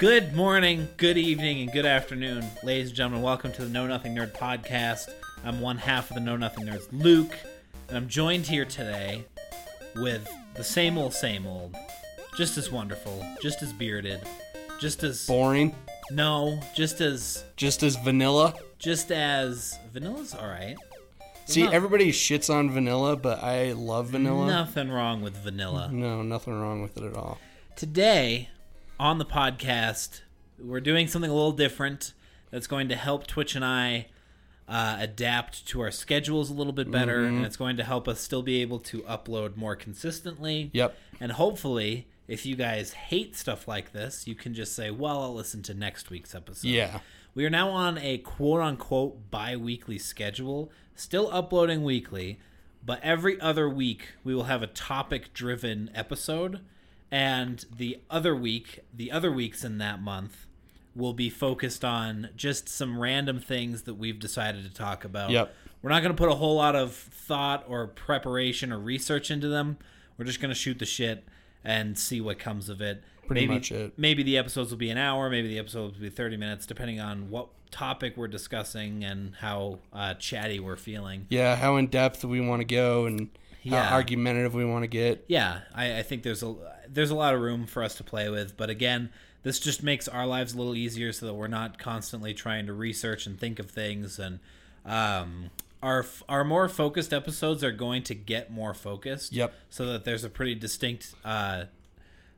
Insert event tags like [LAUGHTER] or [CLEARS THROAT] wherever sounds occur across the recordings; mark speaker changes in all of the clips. Speaker 1: Good morning, good evening, and good afternoon, ladies and gentlemen. Welcome to the Know Nothing Nerd podcast. I'm one half of the Know Nothing Nerds, Luke, and I'm joined here today with the same old, same old. Just as wonderful, just as bearded, just as
Speaker 2: boring,
Speaker 1: no, just as
Speaker 2: just as vanilla.
Speaker 1: just as vanilla's all right.
Speaker 2: See,
Speaker 1: No.
Speaker 2: everybody shits on vanilla, but I love vanilla.
Speaker 1: Nothing wrong with vanilla.
Speaker 2: No, nothing wrong with it at all.
Speaker 1: Today on the podcast, we're doing something a little different that's going to help Twitch and I uh, adapt to our schedules a little bit better,
Speaker 2: Mm-hmm.
Speaker 1: and it's going to help us still be able to upload more consistently.
Speaker 2: Yep.
Speaker 1: And hopefully, if you guys hate stuff like this, you can just say, well, I'll listen to next week's episode.
Speaker 2: Yeah.
Speaker 1: We are now on a quote unquote bi weekly schedule, still uploading weekly, but every other week we will have a topic driven episode. And the other week, the other weeks in that month will be focused on just some random things that we've decided to talk about.
Speaker 2: Yep.
Speaker 1: We're not going to put a whole lot of thought or preparation or research into them. We're just going to shoot the shit and see what comes of it.
Speaker 2: Pretty
Speaker 1: maybe,
Speaker 2: much it.
Speaker 1: Maybe the episodes will be an hour. Maybe the episodes will be 30 minutes, depending on what topic we're discussing and how uh, chatty we're feeling.
Speaker 2: Yeah, how in depth we want to go and
Speaker 1: Yeah.
Speaker 2: how argumentative we want to get.
Speaker 1: Yeah, I, I think there's a there's a lot of room for us to play with. But again, this just makes our lives a little easier so that we're not constantly trying to research and think of things. And um, our f- our more focused episodes are going to get more focused.
Speaker 2: Yep.
Speaker 1: So that there's a pretty distinct uh,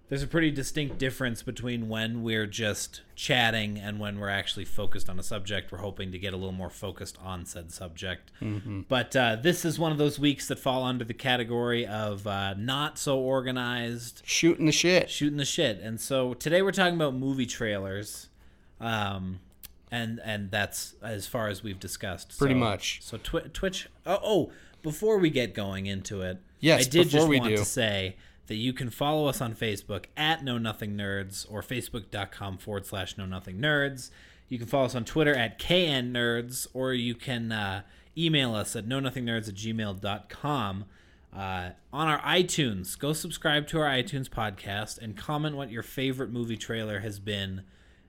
Speaker 1: there's a pretty distinct difference between when we're just chatting and when we're actually focused on a subject. We're hoping to get a little more focused on said subject.
Speaker 2: Mm-hmm.
Speaker 1: But uh, this is one of those weeks that fall under the category of uh, not so organized,
Speaker 2: Shooting the shit.
Speaker 1: shooting the shit. And so today we're talking about movie trailers. Um, and and that's as far as we've discussed.
Speaker 2: Pretty
Speaker 1: So-
Speaker 2: much.
Speaker 1: So twi- Twitch. Oh, oh, before we get going into it,
Speaker 2: Yes,
Speaker 1: I did
Speaker 2: before
Speaker 1: just
Speaker 2: we
Speaker 1: want
Speaker 2: do.
Speaker 1: to say that you can follow us on Facebook at Know Nothing Nerds or facebook.com forward slash Know Nothing Nerds. You can follow us on Twitter at KN Nerds or you can uh, email us at know nothing nerds at gmail.com. Uh, on our iTunes, go subscribe to our iTunes podcast and comment what your favorite movie trailer has been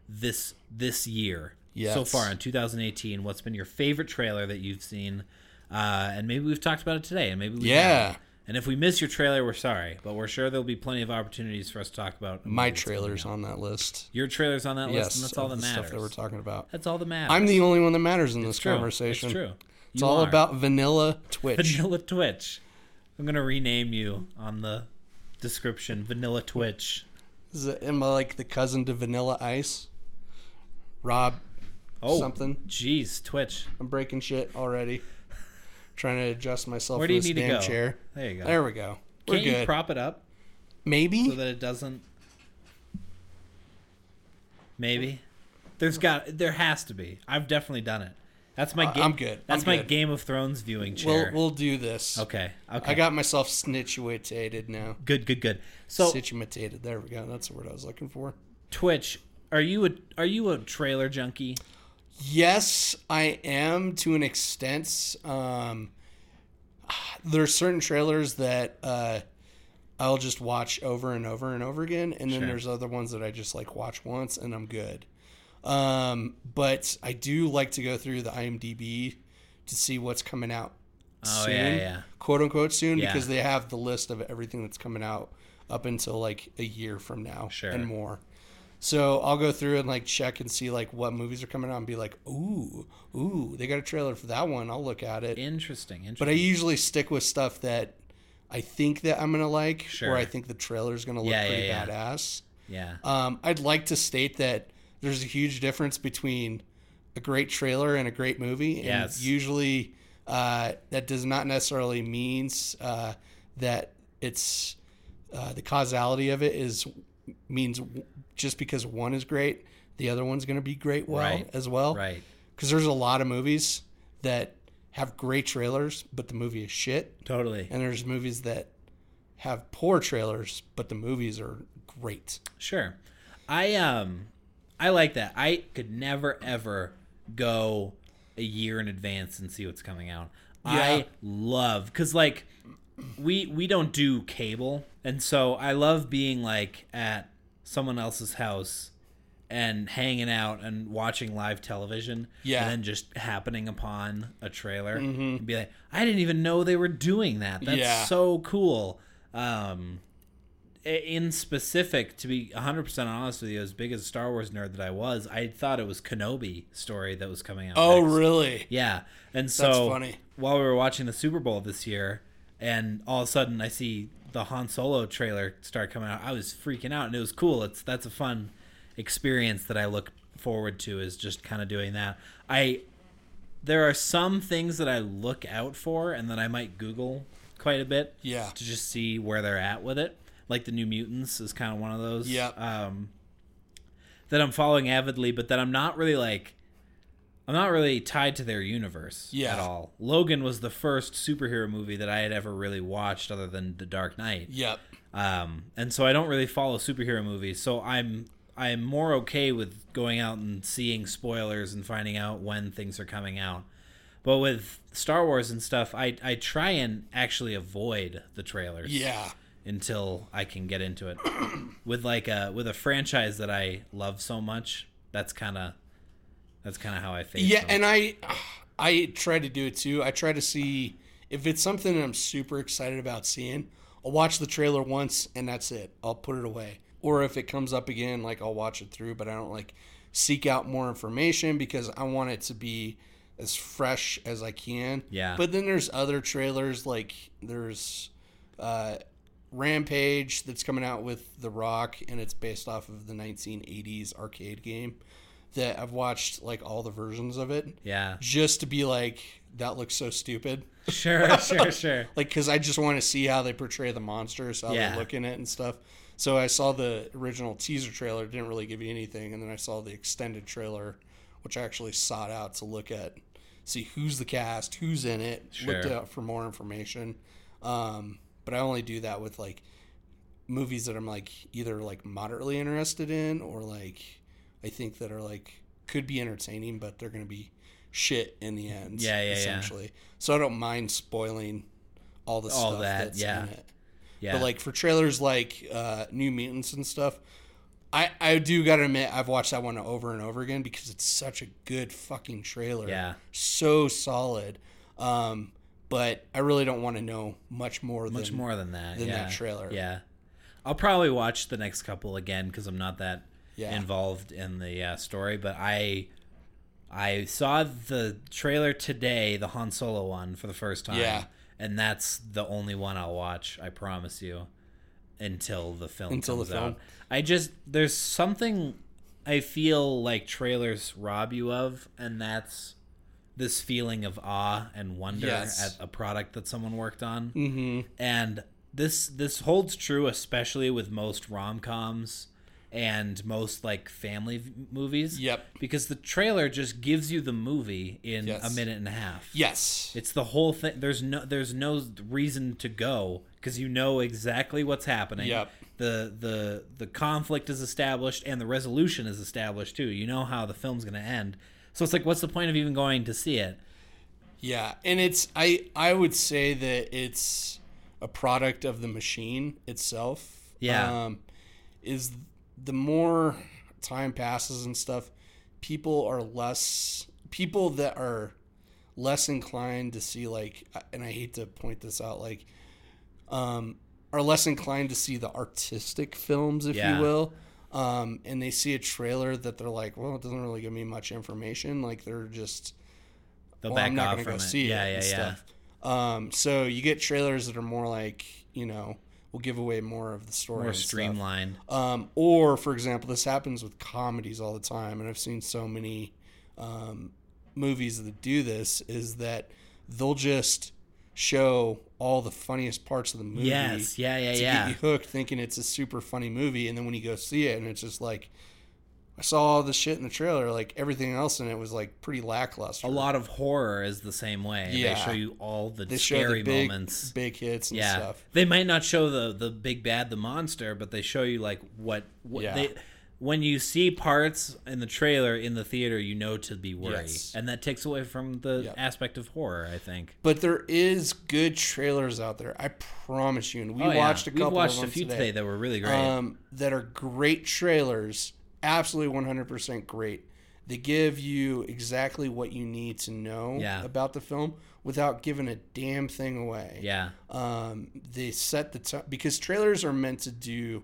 Speaker 1: this this year so
Speaker 2: Yes.
Speaker 1: far in 2018. What's been your favorite trailer that you've seen? Uh, and maybe we've talked about it today, and maybe we
Speaker 2: Yeah.
Speaker 1: haven't. And if we miss your trailer, we're sorry, but we're sure there'll be plenty of opportunities for us to talk about
Speaker 2: My
Speaker 1: movies.
Speaker 2: trailer's on that list.
Speaker 1: Your trailer's on that list,
Speaker 2: yes,
Speaker 1: and that's all
Speaker 2: of
Speaker 1: that
Speaker 2: the
Speaker 1: matters.
Speaker 2: stuff that we're talking about.
Speaker 1: that's all that matters.
Speaker 2: I'm the only one that matters in this
Speaker 1: It's true.
Speaker 2: conversation.
Speaker 1: It's true.
Speaker 2: It's
Speaker 1: You
Speaker 2: all
Speaker 1: are.
Speaker 2: about vanilla
Speaker 1: [LAUGHS]
Speaker 2: Twitch.
Speaker 1: Vanilla Twitch. I'm gonna rename you on the description. Vanilla Twitch.
Speaker 2: Is it, am I like the cousin to Vanilla Ice? Rob,
Speaker 1: Oh,
Speaker 2: something.
Speaker 1: Jeez, Twitch.
Speaker 2: I'm breaking shit already. Trying to adjust myself
Speaker 1: Where
Speaker 2: to
Speaker 1: do you
Speaker 2: this
Speaker 1: need to
Speaker 2: damn
Speaker 1: go?
Speaker 2: chair.
Speaker 1: There you go.
Speaker 2: There we go. We're
Speaker 1: Can't
Speaker 2: good.
Speaker 1: you prop it up
Speaker 2: Maybe
Speaker 1: so that it doesn't? Maybe. There's got. There has to be. I've definitely done it. That's my.
Speaker 2: I-
Speaker 1: game.
Speaker 2: I'm good.
Speaker 1: That's
Speaker 2: I'm
Speaker 1: my
Speaker 2: good.
Speaker 1: Game of Thrones viewing
Speaker 2: we'll
Speaker 1: chair.
Speaker 2: we'll do this.
Speaker 1: okay. Okay.
Speaker 2: I got myself snituated now.
Speaker 1: good. Good. Good. So
Speaker 2: Situated. There we go. That's the word I was looking for.
Speaker 1: Twitch, are you a are you a trailer junkie?
Speaker 2: Yes, I am to an extent. Um, there are certain trailers that uh, I'll just watch over and over and over again, and then
Speaker 1: Sure.
Speaker 2: there's other ones that I just like watch once and I'm good. Um, but I do like to go through the IMDb to see what's coming out
Speaker 1: Oh,
Speaker 2: soon,
Speaker 1: yeah, yeah.
Speaker 2: quote unquote soon,
Speaker 1: Yeah.
Speaker 2: because they have the list of everything that's coming out up until like a year from now
Speaker 1: Sure.
Speaker 2: and more. So I'll go through and like check and see like what movies are coming out and be like, ooh, ooh, they got a trailer for that one. I'll look at it.
Speaker 1: Interesting. Interesting.
Speaker 2: But I usually stick with stuff that I think that I'm gonna like,
Speaker 1: Sure.
Speaker 2: or I think the trailer's gonna look
Speaker 1: Yeah, yeah,
Speaker 2: pretty
Speaker 1: yeah.
Speaker 2: badass.
Speaker 1: yeah.
Speaker 2: Um, I'd like to state that there's a huge difference between a great trailer and a great movie. And
Speaker 1: Yes.
Speaker 2: usually uh, that does not necessarily means uh, that it's uh, the causality of it is means w- just because one is great, the other one's going to be great well
Speaker 1: Right.
Speaker 2: as well.
Speaker 1: Right.
Speaker 2: Because there's a lot of movies that have great trailers, but the movie is shit.
Speaker 1: Totally.
Speaker 2: And there's movies that have poor trailers, but the movies are great.
Speaker 1: Sure. I um I like that. I could never ever go a year in advance and see what's coming out.
Speaker 2: Yeah.
Speaker 1: I love cuz like we we don't do cable. And so I love being like at someone else's house and hanging out and watching live television
Speaker 2: Yeah. Mm-hmm.
Speaker 1: and then just happening upon a trailer and be like i didn't even know they were doing that that's
Speaker 2: Yeah.
Speaker 1: so cool um i- in specific to be 100% honest with you as big as a star wars nerd that i was i thought it was kenobi story that was coming out
Speaker 2: Oh,
Speaker 1: next.
Speaker 2: really?
Speaker 1: Yeah, and so
Speaker 2: funny.
Speaker 1: while we were watching the Super Bowl this year, and all of a sudden I see the Han Solo trailer start coming out. I was freaking out, and it was cool. It's that's a fun experience that I look forward to. Is just kind of doing that. I there are some things that I look out for, and that I might Google quite a bit
Speaker 2: Yeah.
Speaker 1: to just see where they're at with it. Like the New Mutants is kind of one of those.
Speaker 2: Yep.
Speaker 1: Um, that I'm following avidly, but that I'm not really like, I'm not really tied to their universe
Speaker 2: Yeah.
Speaker 1: at all. Logan was the first superhero movie that I had ever really watched, other than The Dark Knight.
Speaker 2: Yep.
Speaker 1: Um, and so I don't really follow superhero movies, so I'm I'm more okay with going out and seeing spoilers and finding out when things are coming out. But with Star Wars and stuff, I I try and actually avoid the trailers
Speaker 2: Yeah.
Speaker 1: until I can get into
Speaker 2: [CLEARS THROAT]
Speaker 1: it. with like a with a franchise that I love so much, that's kind of that's kind of how I face.
Speaker 2: Yeah,
Speaker 1: them.
Speaker 2: and I I try to do it too. I try to see if it's something that I'm super excited about seeing, I'll watch the trailer once and that's it. I'll put it away. Or if it comes up again, like I'll watch it through, but I don't like seek out more information because I want it to be as fresh as I can.
Speaker 1: Yeah.
Speaker 2: But then there's other trailers like there's uh Rampage that's coming out with The Rock, and it's based off of the 1980s arcade game that I've watched like all the versions of it
Speaker 1: yeah, [LAUGHS]
Speaker 2: just to be like, that looks so stupid.
Speaker 1: sure, sure, sure.
Speaker 2: Like, because I just want to see how they portray the monsters, how
Speaker 1: Yeah.
Speaker 2: they look in it and stuff. So I saw the original teaser trailer, it didn't really give you anything. And then I saw the extended trailer, which I actually sought out to look at, see who's the cast, who's in it, looked
Speaker 1: Sure.
Speaker 2: out for more information. Um, but I only do that with like movies that I'm like either like moderately interested in or like I think that are like could be entertaining, but they're going to be shit in the end.
Speaker 1: Yeah, yeah, yeah.
Speaker 2: Essentially, so I don't mind spoiling all the
Speaker 1: All
Speaker 2: stuff
Speaker 1: that,
Speaker 2: that's
Speaker 1: yeah.
Speaker 2: in it.
Speaker 1: Yeah,
Speaker 2: [LAUGHS] But like for trailers like uh, New Mutants and stuff, I I do gotta admit I've watched that one over and over again because it's such a good fucking trailer.
Speaker 1: Yeah.
Speaker 2: so solid. Um, but I really don't want to know much more.
Speaker 1: much
Speaker 2: than,
Speaker 1: more than that.
Speaker 2: than
Speaker 1: yeah.
Speaker 2: that trailer.
Speaker 1: Yeah, I'll probably watch the next couple again because I'm not that
Speaker 2: Yeah.
Speaker 1: involved in the uh, story. But I, I saw the trailer today, the Han Solo one for the first time.
Speaker 2: Yeah.
Speaker 1: and that's the only one I'll watch. I promise you, until the film
Speaker 2: Until the
Speaker 1: comes out.
Speaker 2: film.
Speaker 1: I just there's something I feel like trailers rob you of, and that's this feeling of awe and wonder
Speaker 2: Yes.
Speaker 1: at a product that someone worked on
Speaker 2: Mm-hmm.
Speaker 1: and this this holds true especially with most rom-coms and most like family v- movies
Speaker 2: Yep.
Speaker 1: because the trailer just gives you the movie in
Speaker 2: Yes.
Speaker 1: a minute and a half
Speaker 2: Yes.
Speaker 1: it's the whole thing there's no there's no reason to go because you know exactly what's happening
Speaker 2: Yep.
Speaker 1: the the the conflict is established and the resolution is established too you know how the film's going to end so it's like what's the point of even going to see it
Speaker 2: Yeah, and it's I I would say that it's a product of the machine itself.
Speaker 1: Yeah.
Speaker 2: um, is the more time passes and stuff, people are less people that are less inclined to see like, and I hate to point this out like, um, are less inclined to see the artistic films, if
Speaker 1: Yeah.
Speaker 2: you will. Um, and they see a trailer that they're like, well, it doesn't really give me much information. Like they're just
Speaker 1: they'll
Speaker 2: well,
Speaker 1: back
Speaker 2: I'm not
Speaker 1: off
Speaker 2: gonna
Speaker 1: from
Speaker 2: go
Speaker 1: it
Speaker 2: see
Speaker 1: yeah
Speaker 2: it and
Speaker 1: yeah yeah
Speaker 2: stuff. Um, so you get trailers that are more like, you know, will give away more of the story.
Speaker 1: more
Speaker 2: and stuff.
Speaker 1: streamlined
Speaker 2: Um, or, for example, this happens with comedies all the time, and I've seen so many um, movies that do this, is that they'll just show all the funniest parts of the movie
Speaker 1: yes yeah yeah
Speaker 2: to
Speaker 1: yeah
Speaker 2: get you hooked, thinking it's a super funny movie, and then when you go see it, and it's just like, I saw all this shit in the trailer, like everything else in it was like pretty lackluster.
Speaker 1: a lot of horror is the same way.
Speaker 2: Yeah.
Speaker 1: They show you all the
Speaker 2: they show
Speaker 1: scary
Speaker 2: the big,
Speaker 1: moments.
Speaker 2: big hits and
Speaker 1: yeah.
Speaker 2: stuff.
Speaker 1: They might not show the the big bad the monster, but they show you like what what
Speaker 2: Yeah.
Speaker 1: they when you see parts in the trailer in the theater, you know to be worried.
Speaker 2: Yes.
Speaker 1: And that takes away from the
Speaker 2: Yep.
Speaker 1: aspect of horror, I think.
Speaker 2: But there is good trailers out there. I promise you. And we
Speaker 1: Oh, yeah.
Speaker 2: watched a couple
Speaker 1: We've watched
Speaker 2: of them Um,
Speaker 1: a few
Speaker 2: today,
Speaker 1: that were really great.
Speaker 2: um, that are great trailers absolutely 100% great. They give you exactly what you need to know
Speaker 1: Yeah.
Speaker 2: about the film without giving a damn thing away.
Speaker 1: Yeah.
Speaker 2: Um, they set the time because trailers are meant to do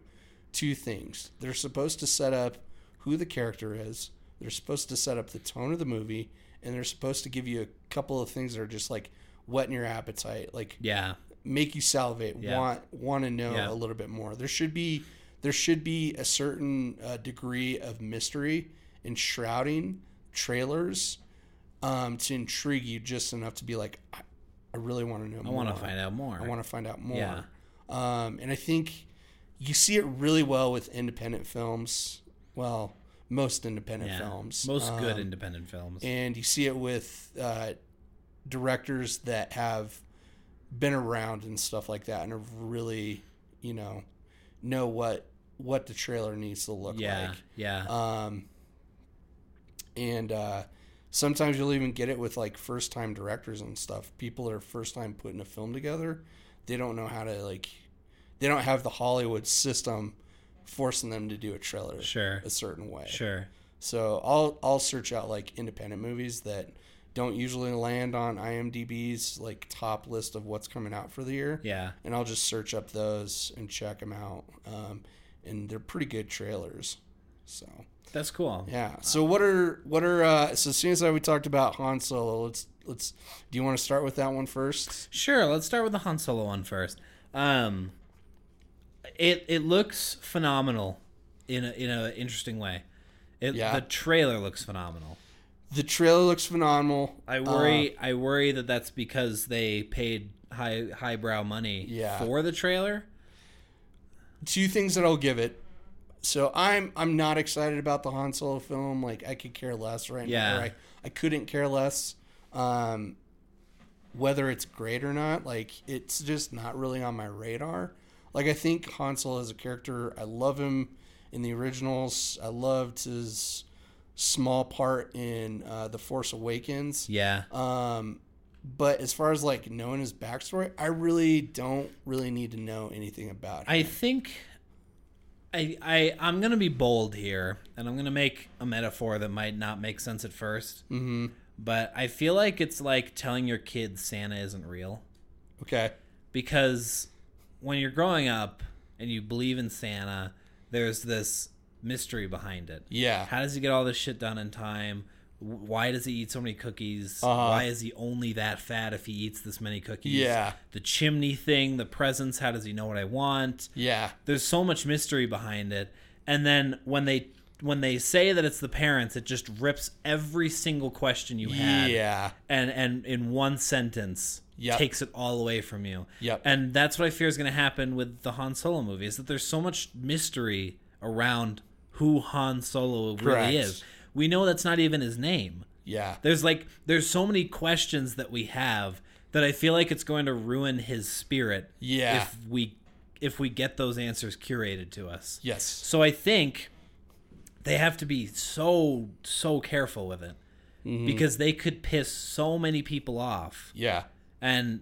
Speaker 2: two things. They're supposed to set up who the character is. They're supposed to set up the tone of the movie, and they're supposed to give you a couple of things that are just like whetting your appetite, like
Speaker 1: Yeah.
Speaker 2: make you salivate,
Speaker 1: Yeah.
Speaker 2: want want to know
Speaker 1: Yeah.
Speaker 2: a little bit more. There should be there should be a certain uh, degree of mystery enshrouding trailers um, to intrigue you just enough to be like, I, I really want to know.
Speaker 1: I want to find out more.
Speaker 2: I want to find out more.
Speaker 1: Yeah.
Speaker 2: Um, and I think you see it really well with independent films. Well, most independent
Speaker 1: yeah.
Speaker 2: films.
Speaker 1: Most good
Speaker 2: Um,
Speaker 1: independent films.
Speaker 2: and you see it with uh, directors that have been around and stuff like that, and have really, you know, know what what the trailer needs to look
Speaker 1: yeah.
Speaker 2: like.
Speaker 1: yeah.
Speaker 2: Um, and uh, sometimes you'll even get it with like first time directors and stuff. People that are first time putting a film together, they don't know how to like, they don't have the Hollywood system forcing them to do a trailer
Speaker 1: sure.
Speaker 2: a certain way.
Speaker 1: Sure.
Speaker 2: So I'll I'll search out like independent movies that don't usually land on IMDb's like top list of what's coming out for the year,
Speaker 1: Yeah.
Speaker 2: and I'll just search up those and check them out. Um, and they're pretty good trailers. So
Speaker 1: That's cool.
Speaker 2: yeah. So what are what are uh, so as soon as we talked about Han Solo, let's let's do you want to start with that one first?
Speaker 1: Sure, let's start with the Han Solo one first. Um, it it looks phenomenal in a, in an interesting way. It,
Speaker 2: Yeah.
Speaker 1: The trailer looks phenomenal.
Speaker 2: The trailer looks phenomenal.
Speaker 1: I
Speaker 2: Uh,
Speaker 1: worry I worry that that's because they paid high highbrow money
Speaker 2: Yeah.
Speaker 1: for the trailer.
Speaker 2: two things that I'll give it. So I'm I'm not excited about the Han Solo film. Like I could care less right
Speaker 1: Yeah.
Speaker 2: now. or I, I couldn't care less. Um, whether it's great or not, like it's just not really on my radar. Like I think Han Solo as a character, I love him in the originals. I loved his small part in uh, the Force Awakens.
Speaker 1: Yeah.
Speaker 2: Um, but as far as like knowing his backstory, I really don't really need to know anything about him.
Speaker 1: I think I I I'm gonna be bold here, and I'm gonna make a metaphor that might not make sense at 1st Mm-hmm. But I feel like it's like telling your kids Santa isn't real.
Speaker 2: okay.
Speaker 1: because when you're growing up and you believe in Santa, there's this mystery behind it.
Speaker 2: Yeah.
Speaker 1: How does he get all this shit done in time? W- Why does he eat so many cookies?
Speaker 2: Uh-huh.
Speaker 1: Why is he only that fat if he eats this many cookies?
Speaker 2: Yeah.
Speaker 1: The chimney thing, the presents, how does he know what I want?
Speaker 2: Yeah.
Speaker 1: There's so much mystery behind it. And then when they when they say that it's the parents, it just rips every single question you had
Speaker 2: Yeah.
Speaker 1: and and in one sentence
Speaker 2: Yep.
Speaker 1: takes it all away from you.
Speaker 2: Yep.
Speaker 1: And that's what I fear is going to happen with the Han Solo movie is that there's so much mystery around who Han Solo
Speaker 2: Correct.
Speaker 1: really is. We know that's not even his name.
Speaker 2: Yeah.
Speaker 1: There's like there's so many questions that we have that I feel like it's going to ruin his spirit
Speaker 2: Yeah.
Speaker 1: if we if we get those answers curated to us.
Speaker 2: Yes.
Speaker 1: So I think they have to be so so careful with it
Speaker 2: Mm-hmm.
Speaker 1: because they could piss so many people off,
Speaker 2: Yeah.
Speaker 1: and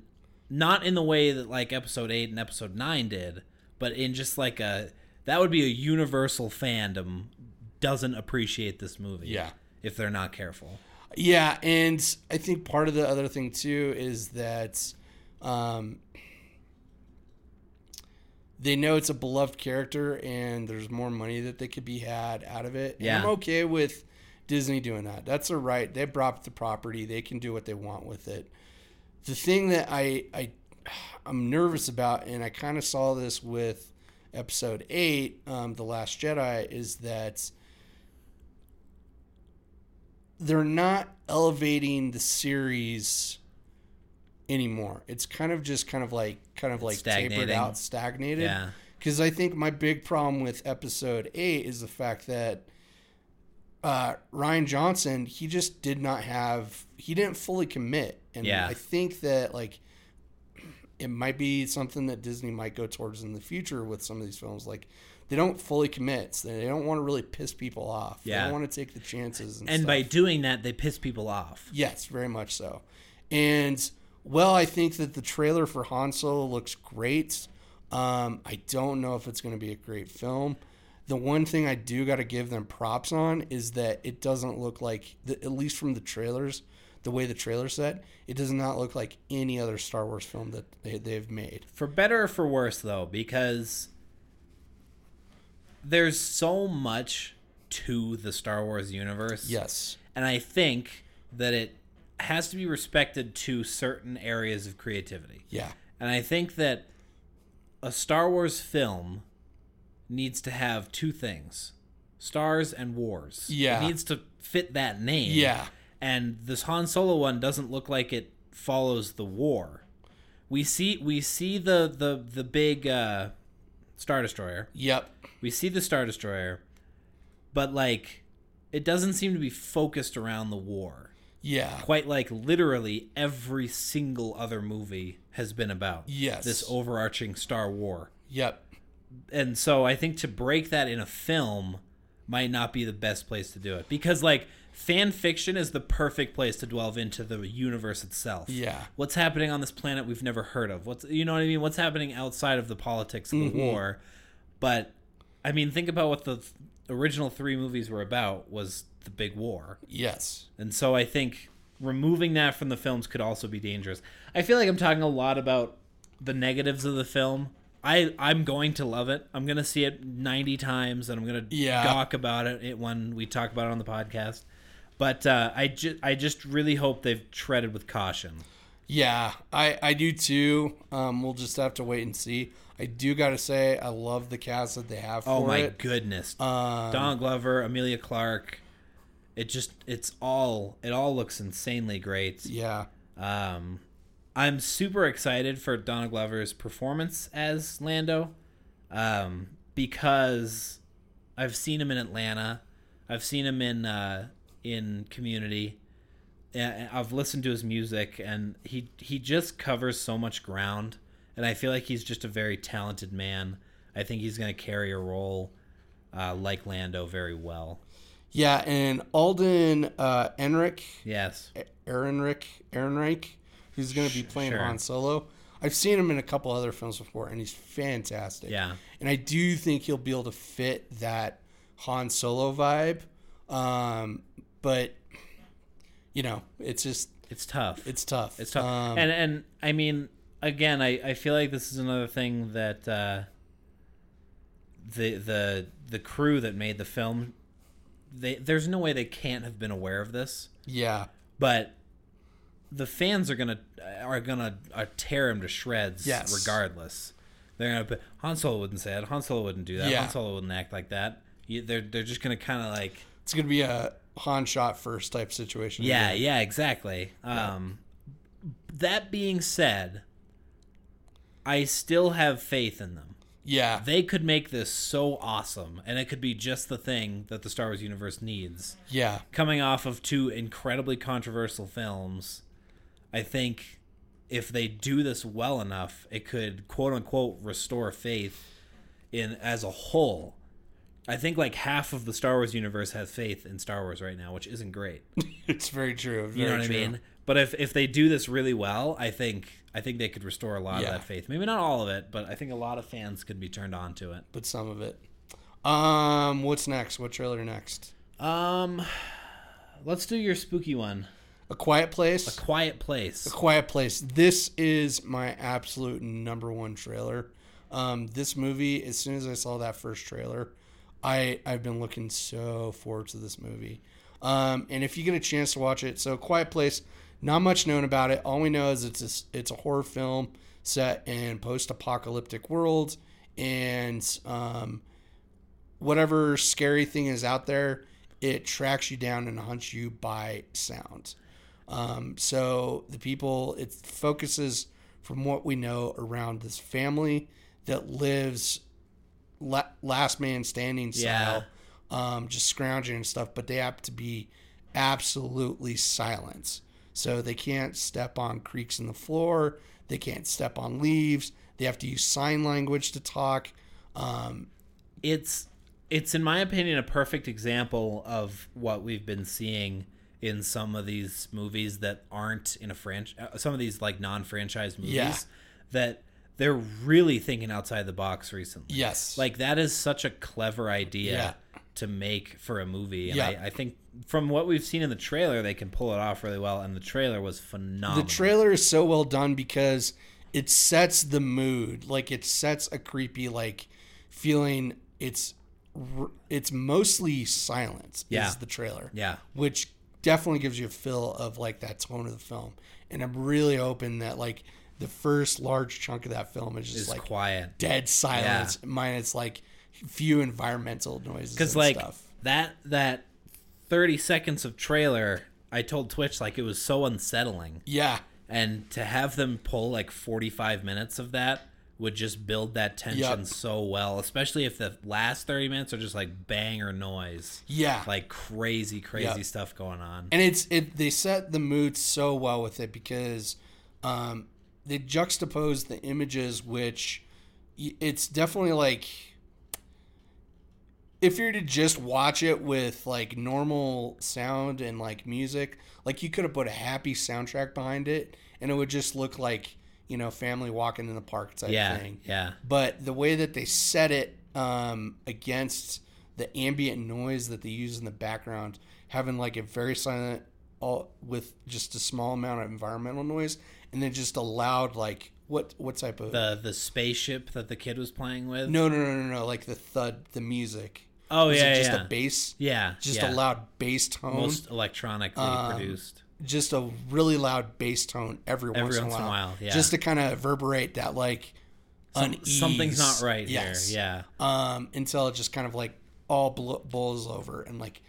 Speaker 1: not in the way that like episode eight and episode nine did, but in just like a that would be a universal fandom doesn't appreciate this movie.
Speaker 2: Yeah.
Speaker 1: if they're not careful.
Speaker 2: Yeah. And I think part of the other thing too is that um, they know it's a beloved character and there's more money that they could be had out of it. And
Speaker 1: Yeah.
Speaker 2: I'm okay with Disney doing that. That's their right. They brought up the property. They can do what they want with it. The thing that I, I I'm nervous about, and I kind of saw this with episode eight, um, The Last Jedi, is that they're not elevating the series anymore. It's kind of just kind of like kind of like tapered
Speaker 1: stagnating.
Speaker 2: out, stagnated.
Speaker 1: Yeah.
Speaker 2: Because I think my big problem with episode eight is the fact that uh, Ryan Johnson he just did not have he didn't fully commit, and
Speaker 1: Yeah.
Speaker 2: I think that like it might be something that Disney might go towards in the future with some of these films, like. They don't fully commit. So they don't want to really piss people off. They
Speaker 1: Yeah.
Speaker 2: don't want to take the chances. And,
Speaker 1: And
Speaker 2: stuff.
Speaker 1: by doing that, they piss people off.
Speaker 2: Yes, very much so. And well, I think that the trailer for Han Solo looks great. Um, I don't know if it's going to be a great film. The one thing I do got to give them props on is that it doesn't look like, the, at least from the trailers, the way the trailer said, it does not look like any other Star Wars film that they, they've made.
Speaker 1: For better or for worse, though, because there's so much to the Star Wars universe.
Speaker 2: Yes.
Speaker 1: And I think that it has to be respected to certain areas of creativity.
Speaker 2: Yeah.
Speaker 1: And I think that a Star Wars film needs to have two things stars and wars.
Speaker 2: Yeah.
Speaker 1: It needs to fit that name.
Speaker 2: Yeah.
Speaker 1: And this Han Solo one doesn't look like it follows the war. We see we see the the the big uh, star destroyer.
Speaker 2: Yep.
Speaker 1: We see the star destroyer, but like it doesn't seem to be focused around the war.
Speaker 2: Yeah.
Speaker 1: Quite like literally every single other movie has been about
Speaker 2: Yes.
Speaker 1: this overarching star war.
Speaker 2: Yep.
Speaker 1: And so I think to break that in a film might not be the best place to do it because like fan fiction is the perfect place to delve into the universe itself.
Speaker 2: Yeah.
Speaker 1: What's happening on this planet we've never heard of? What's you know what I mean? What's happening outside of the politics of the war? But I mean, think about what the th- original three movies were about was the big war.
Speaker 2: Yes.
Speaker 1: And so I think removing that from the films could also be dangerous. I feel like I'm talking a lot about the negatives of the film. I I'm going to love it. I'm going to see it 90 times and I'm going to
Speaker 2: Yeah.
Speaker 1: talk about it it- when we talk about it on the podcast. But uh, I just I just really hope they've treaded with caution.
Speaker 2: Yeah, I, I do too. Um, we'll just have to wait and see. I do gotta say, I love the cast that they have for
Speaker 1: Oh my
Speaker 2: it.
Speaker 1: goodness.
Speaker 2: Um,
Speaker 1: Donald Glover, Amelia Clark. It just it's all it all looks insanely great.
Speaker 2: yeah,
Speaker 1: Um, I'm super excited for Donald Glover's performance as Lando, um, because I've seen him in Atlanta, I've seen him in uh, in Community, and I've listened to his music, and he he just covers so much ground, and I feel like he's just a very talented man. I think he's going to carry a role uh, like Lando very well.
Speaker 2: yeah, and Alden uh, Enric,
Speaker 1: Yes,
Speaker 2: Eh, Ehrenreich, Ehrenreich, who's gonna be playing
Speaker 1: sure.
Speaker 2: Han Solo. I've seen him in a couple other films before, and he's fantastic.
Speaker 1: yeah,
Speaker 2: and I do think he'll be able to fit that Han Solo vibe. Um, but you know, it's just
Speaker 1: it's tough.
Speaker 2: it's tough.
Speaker 1: It's tough.
Speaker 2: Um,
Speaker 1: and and I mean, again, I, I feel like this is another thing that uh, the the the crew that made the film, they there's no way they can't have been aware of this,
Speaker 2: yeah,
Speaker 1: but the fans are gonna are gonna uh, tear him to shreds.
Speaker 2: Yes.
Speaker 1: regardless, they're gonna put Han Solo wouldn't say that. Han Solo wouldn't do that.
Speaker 2: Yeah.
Speaker 1: Han Solo wouldn't act like that. You, they're they're just gonna kind of like.
Speaker 2: it's gonna be a Han shot first type situation.
Speaker 1: Yeah, yeah, exactly. Um, That being said, I still have faith in them.
Speaker 2: yeah,
Speaker 1: They could make this so awesome, and it could be just the thing that the Star Wars universe needs.
Speaker 2: yeah, [LAUGHS]
Speaker 1: Coming off of two incredibly controversial films, I think if they do this well enough, it could quote unquote restore faith in as a whole. I think like half of the Star Wars universe has faith in Star Wars right now, which isn't great.
Speaker 2: it's very true. Very
Speaker 1: You know what
Speaker 2: true.
Speaker 1: I mean? But if if they do this really well, I think I think they could restore a lot
Speaker 2: Yeah.
Speaker 1: of that faith. Maybe not all of it, but I think a lot of fans could be turned on to it.
Speaker 2: But some of it. Um, what's next? What trailer next?
Speaker 1: Um let's do your spooky one.
Speaker 2: A Quiet Place.
Speaker 1: Quiet Place.
Speaker 2: A Quiet Place. This is my absolute number one trailer. Um, this movie, as soon as I saw that first trailer, I I've been looking so forward to this movie. Um, and if you get a chance to watch it, so Quiet Place, not much known about it. All we know is it's a, it's a horror film set in post-apocalyptic world, and um, whatever scary thing is out there, it tracks you down and hunts you by sound. Um, so the people, it focuses from what we know around this family that lives la- last man standing style, um, just scrounging and stuff, but they have to be absolutely silent. So they can't step on creaks in the floor. They can't step on leaves. They have to use sign language to talk. Um,
Speaker 1: It's it's in my opinion a perfect example of what we've been seeing in some of uh, these movies that aren't in a franchise some of these like non-franchise movies
Speaker 2: Yeah.
Speaker 1: that they're really thinking outside the box recently.
Speaker 2: Yes.
Speaker 1: Like that is such a clever idea
Speaker 2: Yeah.
Speaker 1: to make for a movie. And
Speaker 2: Yeah.
Speaker 1: I, I think from what we've seen in the trailer, they can pull it off really well. And the trailer was phenomenal.
Speaker 2: the trailer is so well done because it sets the mood. Like it sets a creepy like feeling. It's r- it's mostly silence.
Speaker 1: Yeah.
Speaker 2: Is the trailer.
Speaker 1: yeah.
Speaker 2: which definitely gives you a feel of like that tone of the film. And I'm really hoping that like the first large chunk of that film is just
Speaker 1: It's
Speaker 2: like
Speaker 1: quiet.
Speaker 2: dead silence, minus like few environmental noises
Speaker 1: Because
Speaker 2: and
Speaker 1: like
Speaker 2: stuff.
Speaker 1: that that thirty seconds of trailer, I told Twitch like it was so unsettling,
Speaker 2: Yeah,
Speaker 1: and to have them pull like forty five minutes of that would just build that tension
Speaker 2: Yep.
Speaker 1: so well, especially if the last thirty minutes are just like banger noise,
Speaker 2: yeah.
Speaker 1: like crazy crazy
Speaker 2: Yep.
Speaker 1: stuff going on.
Speaker 2: and it's it they set the mood so well with it because um, they juxtapose the images, which y- it's definitely like if you're to just watch it with like normal sound and like music, like you could have put a happy soundtrack behind it, and it would just look like you know family walking in the park type
Speaker 1: yeah,
Speaker 2: thing
Speaker 1: yeah,
Speaker 2: but the way that they set it um, against the ambient noise that they use in the background, having like a very silent, all with just a small amount of environmental noise, and then just a loud like what what type of
Speaker 1: the the spaceship that the kid was playing with.
Speaker 2: no no no no no like the thud the music
Speaker 1: oh
Speaker 2: Was it
Speaker 1: yeah,
Speaker 2: just
Speaker 1: yeah,
Speaker 2: a bass
Speaker 1: yeah,
Speaker 2: just
Speaker 1: yeah.
Speaker 2: a Um, loud bass tone
Speaker 1: most electronically produced.
Speaker 2: just a really loud bass tone every, once, in a while,
Speaker 1: yeah.
Speaker 2: just to kind of reverberate that like unease
Speaker 1: Something's not right
Speaker 2: Yes.
Speaker 1: here. Yeah,
Speaker 2: um, until it just kind of like all bl- blows over and like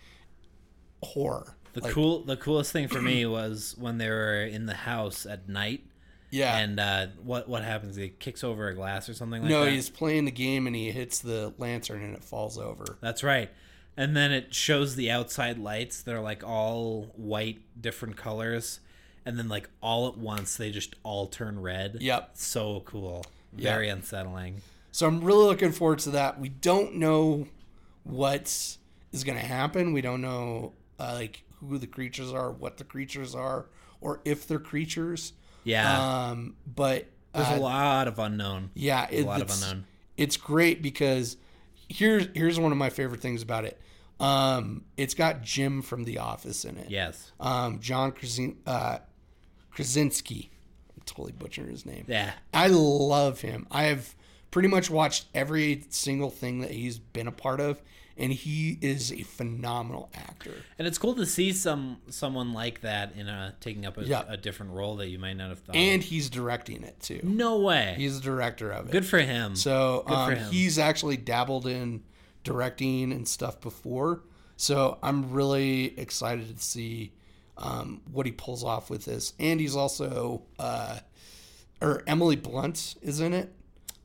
Speaker 2: horror.
Speaker 1: The
Speaker 2: like,
Speaker 1: cool, the coolest thing for me [CLEARS THROAT] was when they were in the house at night,
Speaker 2: yeah.
Speaker 1: and uh, what what happens? He kicks over a glass or something like
Speaker 2: no,
Speaker 1: that.
Speaker 2: he's playing the game and he hits the lantern and it falls over.
Speaker 1: That's right. And then it shows the outside lights. They're like all white, different colors, and then like all at once they just all turn red.
Speaker 2: Yep.
Speaker 1: So cool. Very unsettling.
Speaker 2: So I'm really looking forward to that. We don't know what is going to happen. We don't know uh, like who the creatures are, what the creatures are, or if they're creatures.
Speaker 1: Yeah.
Speaker 2: Um, but
Speaker 1: There's
Speaker 2: uh,
Speaker 1: a lot of unknown.
Speaker 2: yeah, it,
Speaker 1: a lot of
Speaker 2: it's-
Speaker 1: unknown.
Speaker 2: it's great because here's here's one of my favorite things about it. Um, it's got Jim from The Office in it.
Speaker 1: Yes.
Speaker 2: Um, John Krasin, uh, Krasinski. I'm totally butchering his name.
Speaker 1: Yeah.
Speaker 2: I love him. I have pretty much watched every single thing that he's been a part of, and he is a phenomenal actor.
Speaker 1: And it's cool to see some someone like that in a taking up a,
Speaker 2: Yeah.
Speaker 1: a different role that you might not have thought. of.
Speaker 2: And he's directing it too.
Speaker 1: no way.
Speaker 2: He's the director of it.
Speaker 1: Good for him.
Speaker 2: So
Speaker 1: Good for
Speaker 2: um,
Speaker 1: him.
Speaker 2: he's actually dabbled in directing and stuff before. So I'm really excited to see um, what he pulls off with this. And he's also, uh, or Emily Blunt is in it.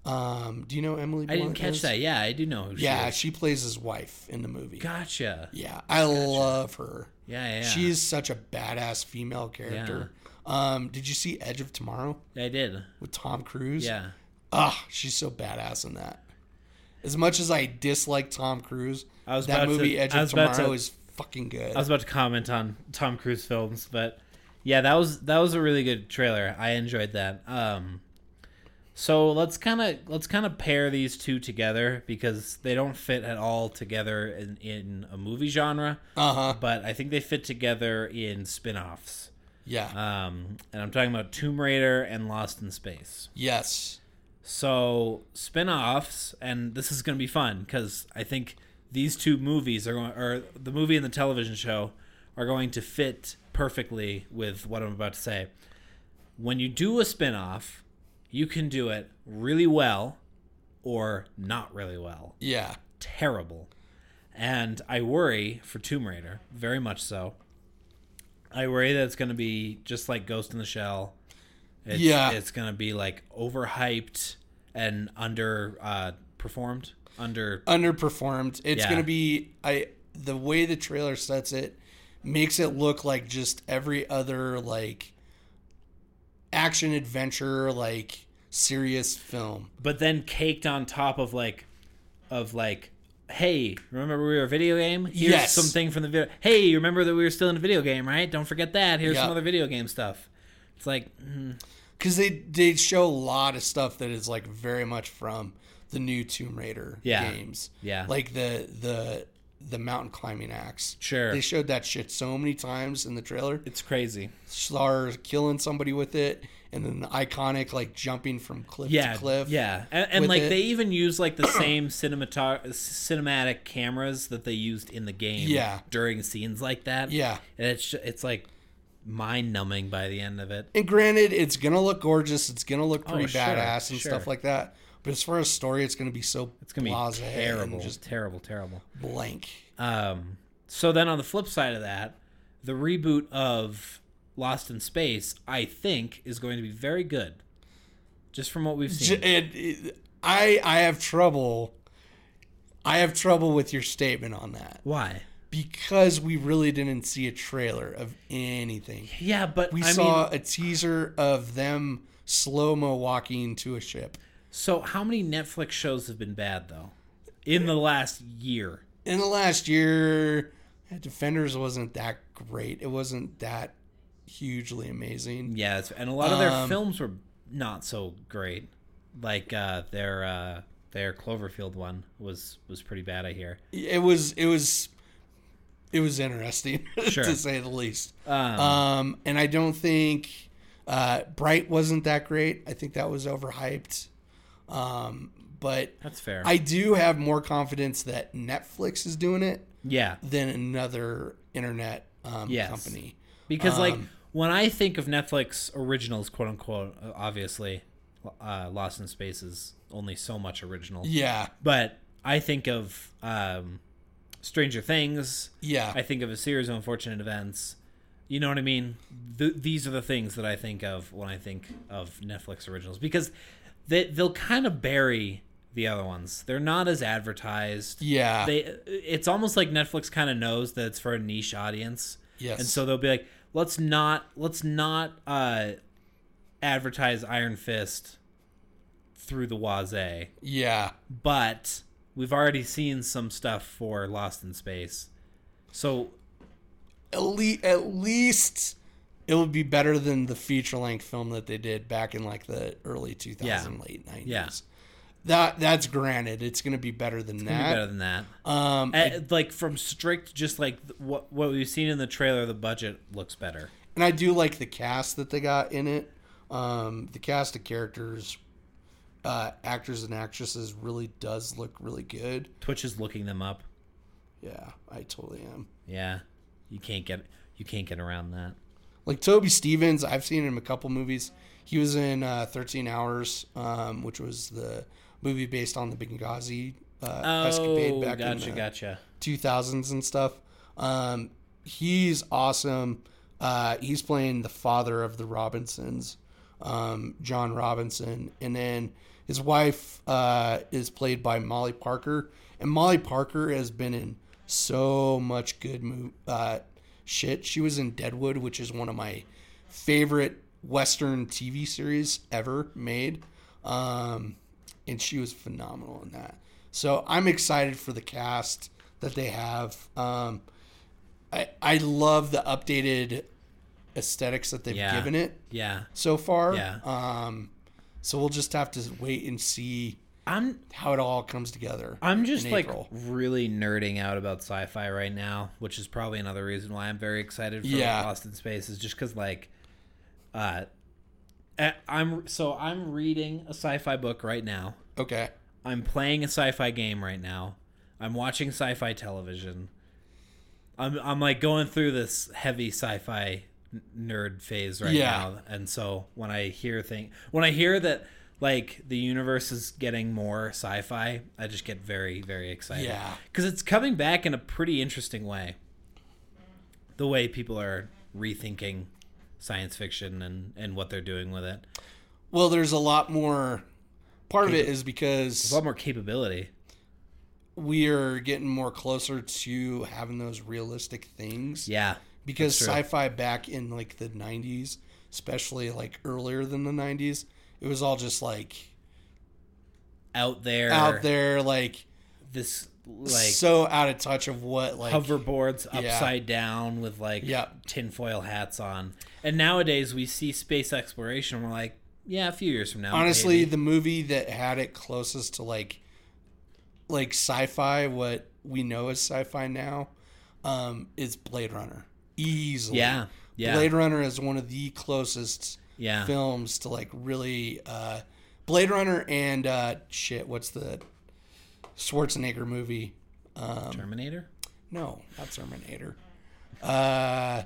Speaker 2: Um, do you know Emily?
Speaker 1: I
Speaker 2: Blunt
Speaker 1: didn't catch
Speaker 2: is?
Speaker 1: that. Yeah, I do know who
Speaker 2: Yeah,
Speaker 1: she is.
Speaker 2: she plays his wife in the movie.
Speaker 1: Gotcha.
Speaker 2: Yeah, I love her.
Speaker 1: Yeah, yeah.
Speaker 2: She is such a badass female character. Um, did you see Edge of Tomorrow
Speaker 1: I did.
Speaker 2: with Tom Cruise?
Speaker 1: Yeah.
Speaker 2: Ah, she's so badass in that. As much as I dislike Tom Cruise,
Speaker 1: I was
Speaker 2: that
Speaker 1: about to-
Speaker 2: movie Edge
Speaker 1: I
Speaker 2: of
Speaker 1: was about
Speaker 2: Tomorrow
Speaker 1: to-
Speaker 2: is fucking good.
Speaker 1: I was about to comment on Tom Cruise films, but yeah, that was that was a really good trailer. I enjoyed that. Um so let's kind of let's kind of pair these two together because they don't fit at all together in, in a movie genre,
Speaker 2: Uh huh.
Speaker 1: but I think they fit together in spin-offs.
Speaker 2: Yeah.
Speaker 1: Um, and I'm talking about Tomb Raider and Lost in Space.
Speaker 2: yes.
Speaker 1: So spin-offs, and this is going to be fun because I think these two movies are going, or the movie and the television show are going to fit perfectly with what I'm about to say. When you do a spin-off, you can do it really well or not really well.
Speaker 2: Yeah.
Speaker 1: Terrible. And I worry for Tomb Raider, very much so. I worry that it's going to be just like Ghost in the Shell. It's,
Speaker 2: Yeah.
Speaker 1: it's going to be like overhyped and under uh, performed, under
Speaker 2: Underperformed. It's
Speaker 1: Yeah.
Speaker 2: gonna be I the way the trailer sets it makes it look like just every other like action adventure like serious film.
Speaker 1: but then caked on top of like of like hey remember we were a video game here's
Speaker 2: Yes.
Speaker 1: something from the video hey you remember that we were still in a video game right don't forget that here's
Speaker 2: Yeah.
Speaker 1: some other video game stuff it's like mm,
Speaker 2: because they they show a lot of stuff that is like very much from the new Tomb Raider
Speaker 1: Yeah.
Speaker 2: games.
Speaker 1: Yeah.
Speaker 2: like the the the mountain climbing axe.
Speaker 1: Sure.
Speaker 2: they showed that shit so many times in the trailer.
Speaker 1: It's crazy.
Speaker 2: Star killing somebody with it, and then the iconic like jumping from cliff
Speaker 1: Yeah,
Speaker 2: to cliff.
Speaker 1: yeah, and, and
Speaker 2: with
Speaker 1: like
Speaker 2: it.
Speaker 1: they even use like
Speaker 2: [CLEARS THROAT]
Speaker 1: the same cinematog- cinematic cameras that they used in the game.
Speaker 2: Yeah.
Speaker 1: during scenes like that.
Speaker 2: yeah.
Speaker 1: and it's ju- it's like mind numbing by the end of it.
Speaker 2: And granted, it's gonna look gorgeous. It's gonna look pretty
Speaker 1: Oh, sure,
Speaker 2: badass and
Speaker 1: sure.
Speaker 2: stuff like that. But as far as story, it's gonna be so
Speaker 1: It's gonna be
Speaker 2: blasé and
Speaker 1: terrible,
Speaker 2: just
Speaker 1: terrible, terrible.
Speaker 2: blank.
Speaker 1: Um, so then on the flip side of that, the reboot of Lost in Space, I think, is going to be very good. Just from what we've
Speaker 2: J-
Speaker 1: seen.
Speaker 2: And it- I I have trouble. I have trouble with your statement on that
Speaker 1: Why?
Speaker 2: because we really didn't see a trailer of anything.
Speaker 1: Yeah, but
Speaker 2: We
Speaker 1: I
Speaker 2: saw
Speaker 1: mean,
Speaker 2: a teaser of them slow mo walking to a ship.
Speaker 1: so how many Netflix shows have been bad though? In the last year.
Speaker 2: In the last year, Defenders wasn't that great. It wasn't that hugely amazing.
Speaker 1: Yeah, it's, and a lot of their
Speaker 2: Um,
Speaker 1: films were not so great. Like uh, their uh, their Cloverfield one was was pretty bad. I hear.
Speaker 2: it was it was it was interesting [LAUGHS]
Speaker 1: Sure.
Speaker 2: to say the least
Speaker 1: Um,
Speaker 2: um and i don't think uh bright wasn't that great i think that was overhyped um but
Speaker 1: that's fair.
Speaker 2: i do have more confidence that netflix is doing it
Speaker 1: yeah,
Speaker 2: than another internet um
Speaker 1: Yes.
Speaker 2: company
Speaker 1: Because like
Speaker 2: Um,
Speaker 1: when I think of Netflix originals, quote unquote, uh, obviously, uh, Lost in Space is only so much original.
Speaker 2: yeah
Speaker 1: But I think of um, Stranger Things.
Speaker 2: yeah
Speaker 1: I think of a series of unfortunate events. You know what I mean? Th- these are the things that I think of when I think of Netflix originals because they they'll kind of bury the other ones. They're not as advertised.
Speaker 2: yeah
Speaker 1: They it's almost like Netflix kind of knows that it's for a niche audience.
Speaker 2: yes
Speaker 1: And so they'll be like, let's not let's not uh, advertise Iron Fist through the Waze,
Speaker 2: yeah
Speaker 1: but we've already seen some stuff for Lost in Space. So
Speaker 2: at, le- at least it would be better than the feature length film that they did back in like the early 2000s
Speaker 1: Yeah.
Speaker 2: late 90s
Speaker 1: Yeah.
Speaker 2: that that's granted it's going to be better than
Speaker 1: it'll be
Speaker 2: that
Speaker 1: better than that.
Speaker 2: um
Speaker 1: Uh, like from strict, just like th- what what we've seen in the trailer, the budget looks better.
Speaker 2: and i do like the cast that they got in it um the cast of characters uh actors and actresses really does look really good
Speaker 1: Twitch is looking them up.
Speaker 2: yeah i totally am
Speaker 1: Yeah, you can't get you can't get around that.
Speaker 2: like Toby Stevens, I've seen him in a couple movies. He was in uh, 13 Hours, um, which was the movie based on the Benghazi uh,
Speaker 1: Oh,
Speaker 2: escapade back
Speaker 1: gotcha,
Speaker 2: in the
Speaker 1: gotcha.
Speaker 2: 2000s and stuff. Um, he's awesome. Uh, he's playing the father of the Robinsons, um, John Robinson, and then his wife uh, is played by Molly Parker. And Molly Parker has been in so much good mo- uh, shit. She was in Deadwood, which is one of my favorite Western TV series ever made. Um, and she was phenomenal in that. So I'm excited for the cast that they have. Um, I I love the updated aesthetics that they've
Speaker 1: Yeah.
Speaker 2: given it
Speaker 1: Yeah,
Speaker 2: so far.
Speaker 1: Yeah.
Speaker 2: Um, so we'll just have to wait and see
Speaker 1: I'm
Speaker 2: how it all comes together.
Speaker 1: I'm just
Speaker 2: in
Speaker 1: like
Speaker 2: April.
Speaker 1: really nerding out about sci-fi right now, which is probably another reason why I'm very excited for
Speaker 2: Yeah.
Speaker 1: Lost in Space. Is just because like, uh, eh, I'm so I'm reading a sci-fi book right now.
Speaker 2: okay.
Speaker 1: I'm playing a sci-fi game right now. I'm watching sci-fi television. I'm I'm like going through this heavy sci-fi n- nerd phase right
Speaker 2: Yeah.
Speaker 1: now, and so when I hear thing when I hear that like the universe is getting more sci-fi, I just get very very excited.
Speaker 2: Yeah.
Speaker 1: because it's coming back in a pretty interesting way. The way people are rethinking science fiction and and what they're doing with it,
Speaker 2: Well, there's a lot more. Part of it is
Speaker 1: a
Speaker 2: because
Speaker 1: lot more capability.
Speaker 2: we are getting more closer to having those realistic things.
Speaker 1: Yeah,
Speaker 2: because
Speaker 1: That's true.
Speaker 2: sci-fi back in like the 90s especially like earlier than the 90s it was all just like
Speaker 1: out there,
Speaker 2: out there like,
Speaker 1: this like
Speaker 2: so out of touch of what like
Speaker 1: hoverboards
Speaker 2: Yeah.
Speaker 1: upside down with like
Speaker 2: Yeah.
Speaker 1: tinfoil hats on. And nowadays we see space exploration, we're like, yeah, a few years from now.
Speaker 2: Honestly,
Speaker 1: maybe.
Speaker 2: the movie that had it closest to like like sci-fi, what we know as sci-fi now, um, is Blade Runner. Easily.
Speaker 1: yeah, yeah, Uh.
Speaker 2: Blade Runner is one of the closest
Speaker 1: yeah.
Speaker 2: films to like really uh Blade Runner and uh shit, what's the Schwarzenegger movie? Um
Speaker 1: Terminator.
Speaker 2: no, not Terminator. Uh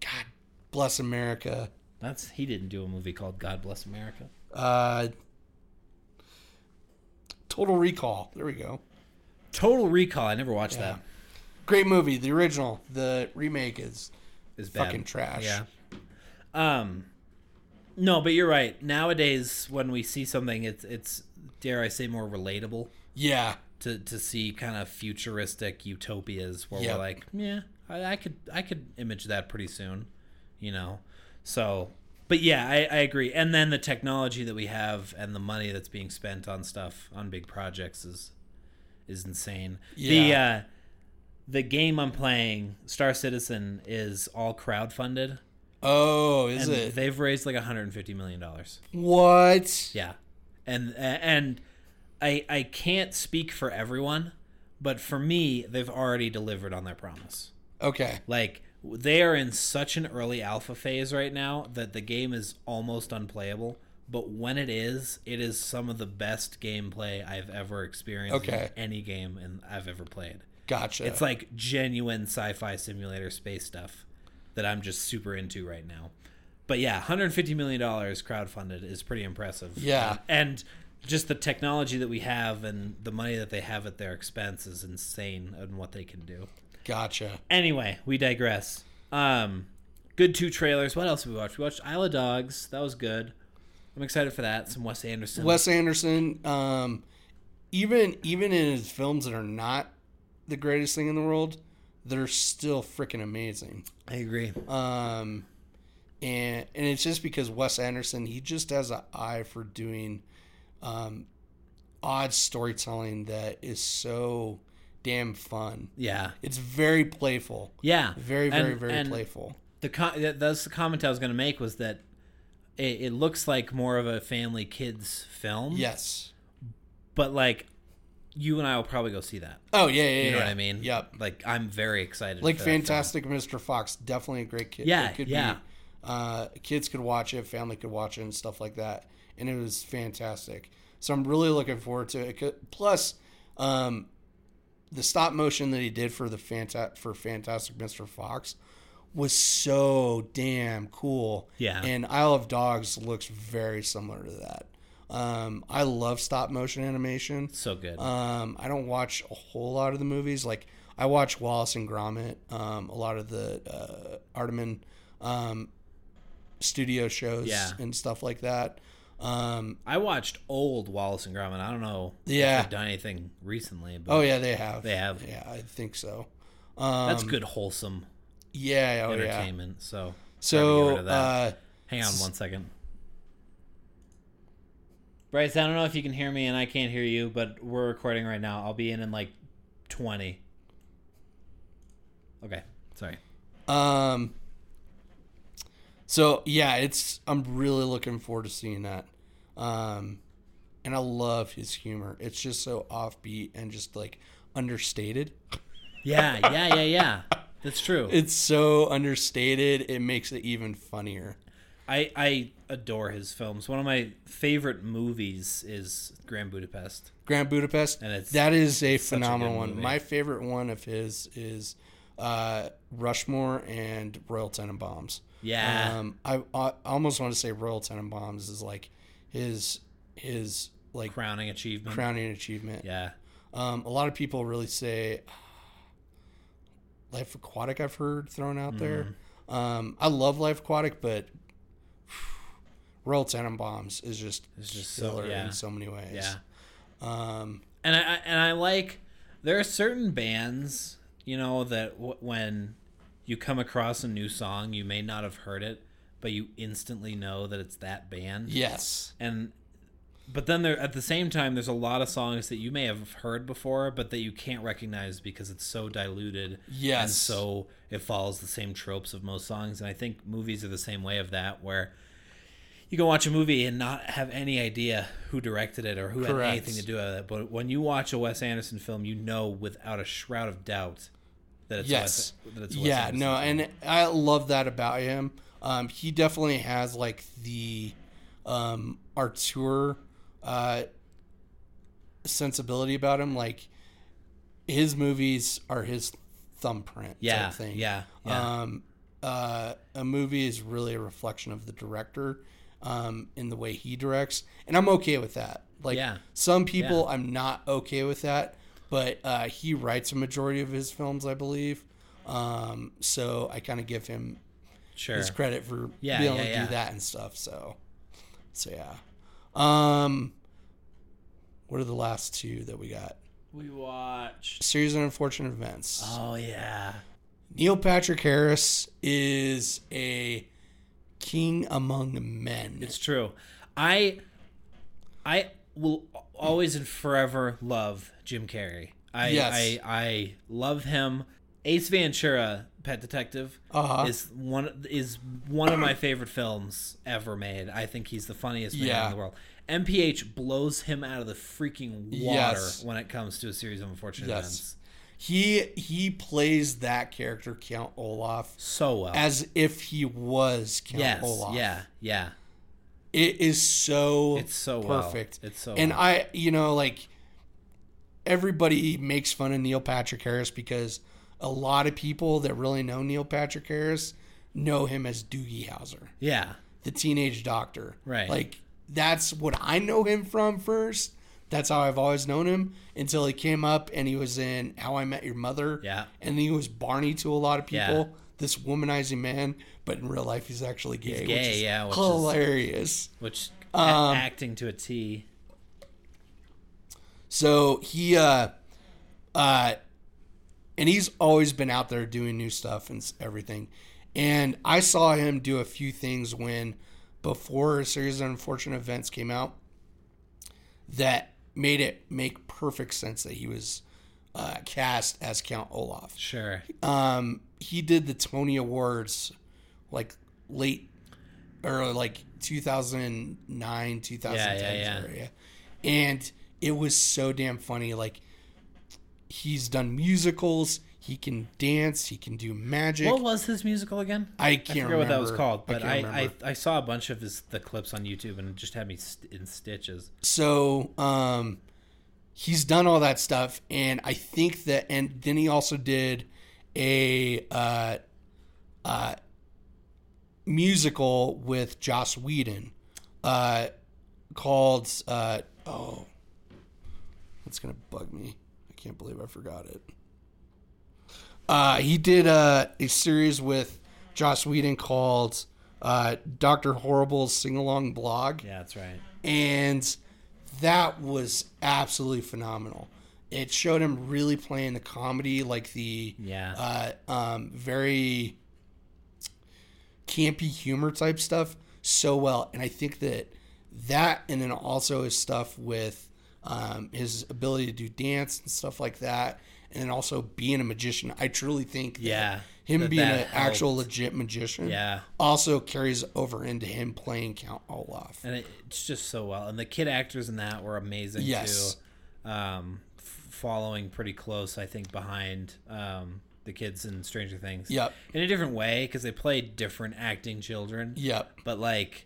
Speaker 2: God bless America.
Speaker 1: That's he didn't do a movie called God Bless America.
Speaker 2: Uh Total Recall. There we go.
Speaker 1: Total Recall. I never watched that.
Speaker 2: Great movie, the original. The remake is
Speaker 1: Is bad.
Speaker 2: Fucking trash.
Speaker 1: Yeah. Um, no, but you're right. Nowadays, when we see something, it's it's dare I say more relatable
Speaker 2: yeah.
Speaker 1: to to see kind of futuristic utopias where
Speaker 2: Yep.
Speaker 1: we're like, yeah, I, I could I could image that pretty soon, you know. So, but yeah, I, I agree. And then the technology that we have and the money that's being spent on stuff on big projects is is insane.
Speaker 2: Yeah.
Speaker 1: The uh, the game I'm playing, Star Citizen, is all crowdfunded.
Speaker 2: Oh, is
Speaker 1: And
Speaker 2: it?
Speaker 1: They've raised like 150 million dollars.
Speaker 2: what?
Speaker 1: Yeah, and and I I can't speak for everyone, but for me, they've already delivered on their promise.
Speaker 2: Okay.
Speaker 1: Like they are in such an early alpha phase right now that the game is almost unplayable. But when it is, it is some of the best gameplay I've ever experienced
Speaker 2: Okay.
Speaker 1: in any game and I've ever played.
Speaker 2: Gotcha.
Speaker 1: It's like genuine sci-fi simulator space stuff that I'm just super into right now. But yeah, 150 million dollars crowdfunded is pretty impressive.
Speaker 2: Yeah.
Speaker 1: and just the technology that we have and the money that they have at their expense is insane and what they can do.
Speaker 2: gotcha.
Speaker 1: Anyway, we digress. Um, good two trailers. What else did we watch? We watched Isle of Dogs. That was good. I'm excited for that. Some Wes Anderson.
Speaker 2: Wes Anderson, um, even even in his films that are not the greatest thing in the world, they're still freaking amazing.
Speaker 1: I agree.
Speaker 2: Um, and and it's just because Wes Anderson, he just has an eye for doing um, odd storytelling that is so damn fun.
Speaker 1: Yeah.
Speaker 2: It's very playful,
Speaker 1: Yeah.
Speaker 2: very very
Speaker 1: And-
Speaker 2: very
Speaker 1: and
Speaker 2: playful.
Speaker 1: the co- that- that's the comment I was going to make was that it, it looks like more of a family kids film.
Speaker 2: Yes.
Speaker 1: But like, you and I will probably go see that.
Speaker 2: Oh yeah yeah yeah.
Speaker 1: You know what
Speaker 2: yeah.
Speaker 1: I mean?
Speaker 2: Yep.
Speaker 1: Like I'm very excited.
Speaker 2: like
Speaker 1: for that film.
Speaker 2: Fantastic Mr. Fox, definitely a great kid.
Speaker 1: Yeah,
Speaker 2: it could
Speaker 1: yeah.
Speaker 2: Be, uh, kids could watch it, family could watch it, and stuff like that. And it was fantastic. So I'm really looking forward to it. it. could- Plus, um, the stop motion that he did for the Fanta- for Fantastic Mr. Fox was so damn cool.
Speaker 1: Yeah.
Speaker 2: And Isle of Dogs looks very similar to that. Um, I love stop motion animation.
Speaker 1: So good.
Speaker 2: Um, I don't watch a whole lot of the movies. Like I watch Wallace and Gromit, um, a lot of the uh, Arteman um, studio shows
Speaker 1: Yeah.
Speaker 2: and stuff like that. Um,
Speaker 1: I watched old Wallace and Gromit. I don't know.
Speaker 2: Yeah.
Speaker 1: If they've done anything recently? But
Speaker 2: oh yeah, they have.
Speaker 1: They have.
Speaker 2: Yeah, I think so. Um,
Speaker 1: That's good wholesome
Speaker 2: Yeah. Oh yeah.
Speaker 1: entertainment. So Gotta
Speaker 2: So
Speaker 1: get rid of that.
Speaker 2: uh,
Speaker 1: hang on one second. Bryce, I don't know if you can hear me and I can't hear you, but we're recording right now. I'll be in in like 20. Okay. Sorry.
Speaker 2: Um. So yeah, it's I'm really looking forward to seeing that, um, and I love his humor. It's just so offbeat and just like understated.
Speaker 1: Yeah, yeah, yeah, yeah. That's true.
Speaker 2: It's so understated. It makes it even funnier.
Speaker 1: I I adore his films. One of my favorite movies is Grand Budapest.
Speaker 2: Grand Budapest.
Speaker 1: And it's
Speaker 2: that is a
Speaker 1: a good
Speaker 2: phenomenal one.
Speaker 1: movie.
Speaker 2: My favorite one of his is uh, Rushmore and Royal Tenenbaums.
Speaker 1: Yeah.
Speaker 2: Um, I, I almost want to say Royal Tenenbaums is like his his like
Speaker 1: Crowning achievement.
Speaker 2: crowning achievement.
Speaker 1: yeah.
Speaker 2: Um, a lot of people really say "Ah, Life Aquatic. I've heard thrown out there.
Speaker 1: Mm.
Speaker 2: Um, I love Life Aquatic, but [SIGHS] Royal Tenenbaums is just
Speaker 1: It's just so-
Speaker 2: killer
Speaker 1: yeah.
Speaker 2: in so many ways.
Speaker 1: Yeah.
Speaker 2: Um,
Speaker 1: and I I- and I like there are certain bands you know that w- when you come across a new song you may not have heard it but you instantly know that it's that band
Speaker 2: yes.
Speaker 1: and but then there at the same time there's a lot of songs that you may have heard before but that you can't recognize because it's so diluted and
Speaker 2: Yes.
Speaker 1: so it follows the same tropes of most songs and I think movies are the same way of that where you can watch a movie and not have any idea who directed it or who had
Speaker 2: Correct.
Speaker 1: anything to do with it. But when you watch a Wes Anderson film, you know without a shroud of doubt that it's
Speaker 2: yes.
Speaker 1: Wes, that it's a Wes
Speaker 2: yeah,
Speaker 1: Anderson
Speaker 2: no,
Speaker 1: film.
Speaker 2: and I love that about him. Um, he definitely has like the um, Artur uh, sensibility about him. Like his movies are his thumbprint.
Speaker 1: yeah,
Speaker 2: type thing.
Speaker 1: yeah, yeah.
Speaker 2: Um, uh, a movie is really a reflection of the director um, in the way he directs, and I'm okay with that. Like
Speaker 1: Yeah.
Speaker 2: some people, I'm not okay with that, but uh, he writes a majority of his films, I believe. Um, so I kind of give him
Speaker 1: sure.
Speaker 2: his credit for
Speaker 1: Yeah,
Speaker 2: being able
Speaker 1: yeah,
Speaker 2: to
Speaker 1: yeah.
Speaker 2: do that and stuff. So, so yeah. Um, what are the last two that we got?
Speaker 1: We watched.
Speaker 2: Series of unfortunate events.
Speaker 1: Oh yeah.
Speaker 2: Neil Patrick Harris is a king among men.
Speaker 1: It's true. I I will always and forever love Jim Carrey. I
Speaker 2: Yes.
Speaker 1: I, I love him. Ace Ventura, Pet Detective,
Speaker 2: Uh-huh.
Speaker 1: is one is one of my favorite films ever made. I think he's the funniest man
Speaker 2: Yeah.
Speaker 1: in the world. MPH blows him out of the freaking water
Speaker 2: Yes.
Speaker 1: when it comes to a series of unfortunate
Speaker 2: Yes.
Speaker 1: events.
Speaker 2: he he plays that character Count Olaf
Speaker 1: So well.
Speaker 2: as if he was Count
Speaker 1: yes.
Speaker 2: Olaf.
Speaker 1: Yeah. Yeah.
Speaker 2: It is so
Speaker 1: It's so well.
Speaker 2: perfect.
Speaker 1: It's so
Speaker 2: and
Speaker 1: well.
Speaker 2: I you know like everybody makes fun of Neil Patrick Harris because a lot of people that really know Neil Patrick Harris know him as Doogie Howser.
Speaker 1: Yeah.
Speaker 2: the teenage doctor.
Speaker 1: Right.
Speaker 2: Like that's what I know him from first. That's how I've always known him until he came up and he was in How I Met Your Mother.
Speaker 1: Yeah.
Speaker 2: And he was Barney to a lot of
Speaker 1: Yeah.
Speaker 2: people. This womanizing man, but in real life he's actually gay.
Speaker 1: gay,
Speaker 2: which is
Speaker 1: yeah, which is-
Speaker 2: hilarious.
Speaker 1: Which a-
Speaker 2: Um,
Speaker 1: acting to a T.
Speaker 2: So he uh uh and he's always been out there doing new stuff and s- everything. And I saw him do a few things when before a series of unfortunate events came out that made it make perfect sense that he was uh, cast as Count Olaf.
Speaker 1: Sure.
Speaker 2: Um, he did the Tony Awards like late or like 2009, 2010
Speaker 1: Yeah, yeah, yeah.
Speaker 2: area. And it was so damn funny. Like, he's done musicals, he can dance, he can do magic.
Speaker 1: What was his musical again?
Speaker 2: I
Speaker 1: I
Speaker 2: can't
Speaker 1: forget
Speaker 2: remember
Speaker 1: what that was called, but
Speaker 2: can't
Speaker 1: I, I,
Speaker 2: remember.
Speaker 1: I, saw a bunch of his the clips on YouTube and it just had me st- in stitches.
Speaker 2: so um he's done all that stuff and i think that and then he also did a uh uh musical with joss whedon uh called uh oh that's gonna bug me i can't believe i forgot it uh he did uh, a series with joss whedon called uh dr horrible's sing-along blog
Speaker 1: Yeah, that's right.
Speaker 2: and that was absolutely phenomenal. It showed him really playing the comedy, like the
Speaker 1: Yeah.
Speaker 2: uh, um, very campy humor type stuff, so well. And I think that that, and then also his stuff with um, his ability to do dance and stuff like that, and then also being a magician. I truly think, that
Speaker 1: Yeah,
Speaker 2: him
Speaker 1: that
Speaker 2: being
Speaker 1: that
Speaker 2: an actual legit magician,
Speaker 1: Yeah.
Speaker 2: also carries over into him playing Count Olaf.
Speaker 1: And it, it's just so well. And the kid actors in that were amazing
Speaker 2: Yes.
Speaker 1: too. Um, f- following pretty close, I think, behind um, the kids in Stranger Things.
Speaker 2: Yep.
Speaker 1: In a different way because they played different acting children.
Speaker 2: Yep.
Speaker 1: But like,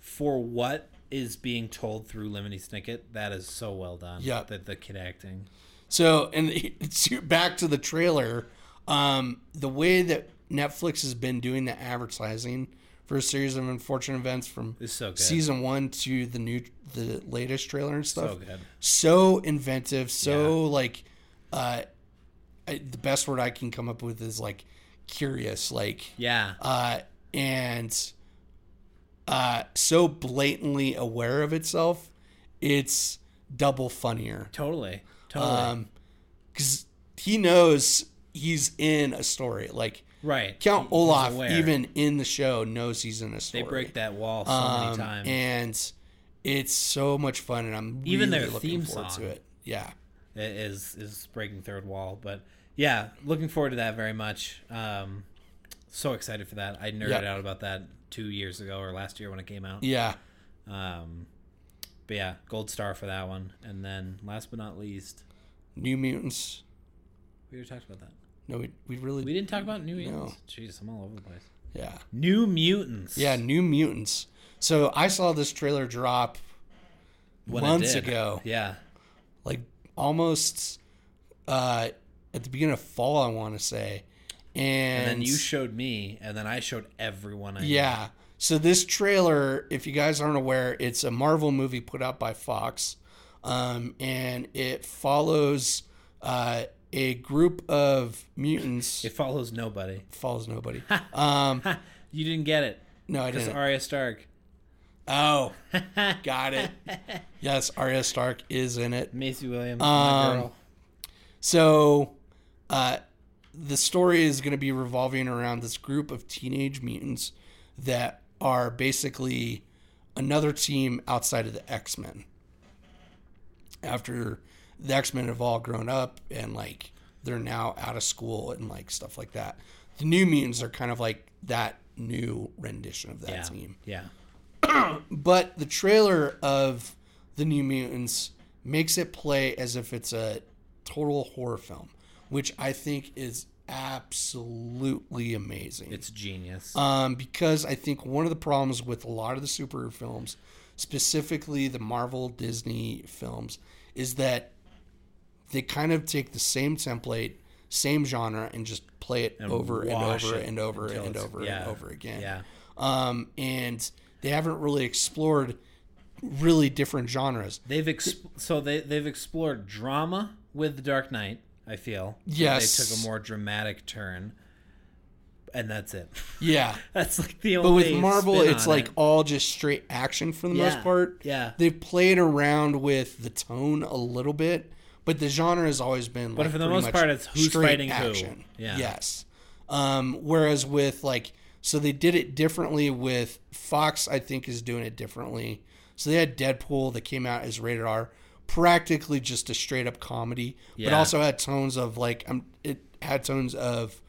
Speaker 1: for what is being told through Lemony Snicket, that is so well done.
Speaker 2: Yep.
Speaker 1: The, the kid acting.
Speaker 2: So, and [LAUGHS] to, back to the trailer, um, the way that Netflix has been doing the advertising for a series of unfortunate events from
Speaker 1: It's so good.
Speaker 2: season one to the new, the latest trailer and stuff,
Speaker 1: so good.
Speaker 2: so inventive, so like, uh, I, the best word I can come up with is like curious, like,
Speaker 1: Yeah.
Speaker 2: uh, and uh, so blatantly aware of itself, it's double funnier.
Speaker 1: Totally. Totally.
Speaker 2: Um 'cause because he knows he's in a story. Like
Speaker 1: right.
Speaker 2: Count
Speaker 1: He- he's
Speaker 2: Olaf,
Speaker 1: aware.
Speaker 2: even in the show, knows he's in a
Speaker 1: they
Speaker 2: story.
Speaker 1: break that wall so many
Speaker 2: Um,
Speaker 1: times.
Speaker 2: and it's so much fun, and I'm
Speaker 1: Even
Speaker 2: really
Speaker 1: their
Speaker 2: looking
Speaker 1: theme
Speaker 2: forward
Speaker 1: song.
Speaker 2: to it. Yeah,
Speaker 1: It is is breaking third wall, but yeah, looking forward to that very much. Um, So excited for that. I nerded
Speaker 2: Yep.
Speaker 1: out about that two years ago or last year when it came out.
Speaker 2: Yeah.
Speaker 1: Um, but yeah, gold star for that one. And then last but not least,
Speaker 2: New Mutants.
Speaker 1: we already talked about that.
Speaker 2: No, we, we really.
Speaker 1: We didn't talk about New Mutants. Jeez, I'm all over the place.
Speaker 2: yeah.
Speaker 1: New Mutants.
Speaker 2: Yeah, New Mutants. So I saw this trailer drop
Speaker 1: When it
Speaker 2: months
Speaker 1: did.
Speaker 2: ago,
Speaker 1: Yeah.
Speaker 2: like almost uh, at the beginning of fall, I want to say. And,
Speaker 1: And then you showed me, and then I showed everyone. I
Speaker 2: Yeah. So this trailer, if you guys aren't aware, it's a Marvel movie put out by Fox, um, and it follows uh, a group of mutants.
Speaker 1: It follows nobody.
Speaker 2: follows nobody. um,
Speaker 1: Ha, [LAUGHS] you didn't get it
Speaker 2: no, I
Speaker 1: because
Speaker 2: didn't.
Speaker 1: Arya Stark.
Speaker 2: oh, got it. Yes, Arya Stark is in
Speaker 1: [LAUGHS]
Speaker 2: it.
Speaker 1: Macy Williams, my
Speaker 2: Um,
Speaker 1: girl.
Speaker 2: So, uh, the story is going to be revolving around this group of teenage mutants that are basically another team outside of the X Men. After the X Men have all grown up and like they're now out of school and like stuff like that, the new mutants are kind of like that new rendition of that
Speaker 1: Yeah.
Speaker 2: team.
Speaker 1: Yeah.
Speaker 2: But the trailer of the New Mutants makes it play as if it's a total horror film, which I think is absolutely amazing.
Speaker 1: It's genius.
Speaker 2: um, because I think one of the problems with a lot of the superhero films, specifically the Marvel Disney films, is that they kind of take the same template, same genre, and just play it over and
Speaker 1: wash
Speaker 2: over
Speaker 1: it
Speaker 2: and over
Speaker 1: until
Speaker 2: and
Speaker 1: it's-
Speaker 2: over
Speaker 1: yeah,
Speaker 2: and over again
Speaker 1: yeah.
Speaker 2: um, and they haven't really explored really different genres.
Speaker 1: They've exp- so they they've explored drama with The Dark Knight. I feel
Speaker 2: Yes.
Speaker 1: they took a more dramatic turn, and that's it. [LAUGHS]
Speaker 2: Yeah,
Speaker 1: that's like the only.
Speaker 2: but with Marvel,
Speaker 1: spin
Speaker 2: it's
Speaker 1: on
Speaker 2: like
Speaker 1: it.
Speaker 2: all just straight action for the
Speaker 1: Yeah,
Speaker 2: most part.
Speaker 1: yeah.
Speaker 2: they've played around with the tone a little bit, but the genre has always been. But
Speaker 1: for the most part, it's who's fighting who. Yeah.
Speaker 2: Yes. Um, whereas with like, so they did it differently with Fox. I think is doing it differently. So they had Deadpool that came out as rated R, practically just a straight up comedy, but
Speaker 1: Yeah.
Speaker 2: also had tones of like, um, it had tones of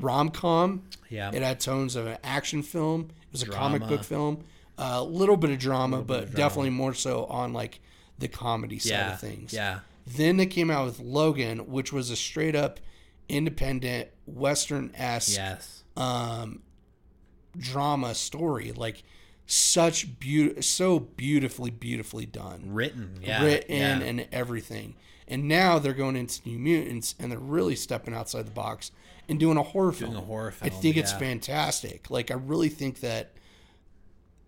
Speaker 2: rom com.
Speaker 1: Yeah.
Speaker 2: It had tones of an action film. It was a comic
Speaker 1: Drama.
Speaker 2: book film. A little bit of drama, but definitely more so on like the comedy side
Speaker 1: yeah,
Speaker 2: of things.
Speaker 1: yeah,
Speaker 2: Then they came out with Logan, which was a straight up independent Western esque
Speaker 1: yes,
Speaker 2: um, drama story. Like such beauty, so beautifully, beautifully done,
Speaker 1: written, yeah,
Speaker 2: written
Speaker 1: yeah.
Speaker 2: and everything. And now they're going into New Mutants, and they're really stepping outside the box and doing a horror film.
Speaker 1: a horror
Speaker 2: I
Speaker 1: film.
Speaker 2: think it's
Speaker 1: yeah.
Speaker 2: fantastic. Like I really think that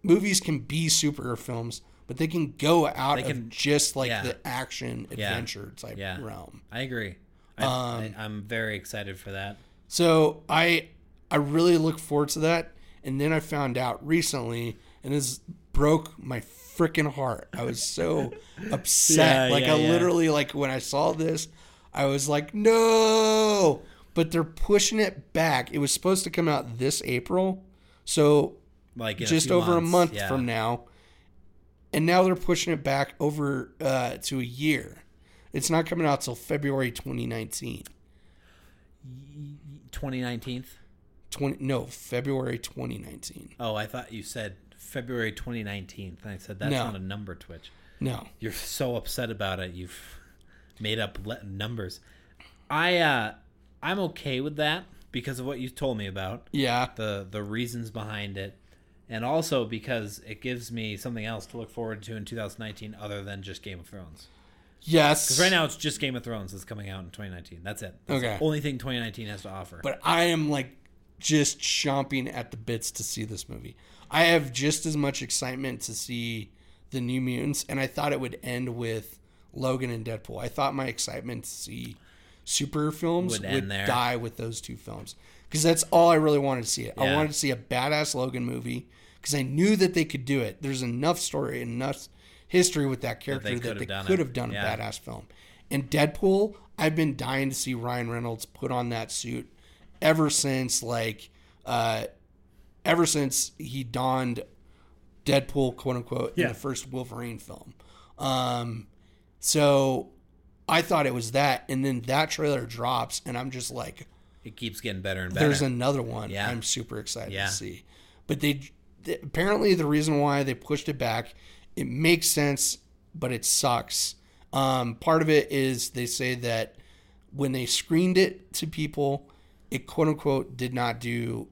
Speaker 2: movies can be superhero films, but they can go out
Speaker 1: They
Speaker 2: of
Speaker 1: can-
Speaker 2: just like
Speaker 1: yeah.
Speaker 2: the action adventure type
Speaker 1: Yeah.
Speaker 2: realm.
Speaker 1: I agree. I,
Speaker 2: Um,
Speaker 1: I, I'm very excited for that.
Speaker 2: So I I really look forward to that. And then I found out recently, and this broke my freaking heart. I
Speaker 1: [LAUGHS]
Speaker 2: was so upset.
Speaker 1: Yeah,
Speaker 2: like
Speaker 1: yeah,
Speaker 2: I
Speaker 1: yeah.
Speaker 2: literally like when I saw this, I was like, no. But they're pushing it back. It was supposed to come out this April. So
Speaker 1: Like in
Speaker 2: just
Speaker 1: few
Speaker 2: over a
Speaker 1: months,
Speaker 2: month
Speaker 1: yeah.
Speaker 2: from now. And now they're pushing it back over uh, to a year. It's not coming out till February 2019.
Speaker 1: 2019.
Speaker 2: 20, no, February 2019.
Speaker 1: Oh, I thought you said February 2019. And I said that's
Speaker 2: No.
Speaker 1: not a number, Twitch.
Speaker 2: No.
Speaker 1: You're so upset about it. You've made up le- numbers. I uh, I'm okay with that because of what you told me about
Speaker 2: Yeah.
Speaker 1: the the reasons behind it, and also because it gives me something else to look forward to in 2019 other than just Game of Thrones.
Speaker 2: Yes.
Speaker 1: Right now, it's just Game of Thrones that's coming out in 2019. That's it. That's
Speaker 2: Okay.
Speaker 1: The only thing 2019 has to offer.
Speaker 2: But I am like just chomping at the bits to see this movie. I have just as much excitement to see the New Mutants, and I thought it would end with Logan and Deadpool. I thought my excitement to see super films
Speaker 1: Would
Speaker 2: would,
Speaker 1: end there.
Speaker 2: die with those two films because that's all I really wanted to see. It. I
Speaker 1: Yeah.
Speaker 2: wanted to see a badass Logan movie because I knew that they could do it. There's enough story, enough history with that character
Speaker 1: could have
Speaker 2: that they
Speaker 1: done it.
Speaker 2: could have done a
Speaker 1: Yeah.
Speaker 2: badass film. And Deadpool, I've been dying to see Ryan Reynolds put on that suit ever since like uh ever since he donned Deadpool quote unquote in
Speaker 1: Yeah.
Speaker 2: the first Wolverine film. Um so I thought it was that and then that trailer drops and I'm just like
Speaker 1: It keeps getting better and better.
Speaker 2: There's another one.
Speaker 1: Yeah.
Speaker 2: I'm super excited
Speaker 1: Yeah.
Speaker 2: to see. But they, they- apparently the reason why they pushed it back, it makes sense, but it sucks. Um, part of it is they say that when they screened it to people, it quote unquote did not do,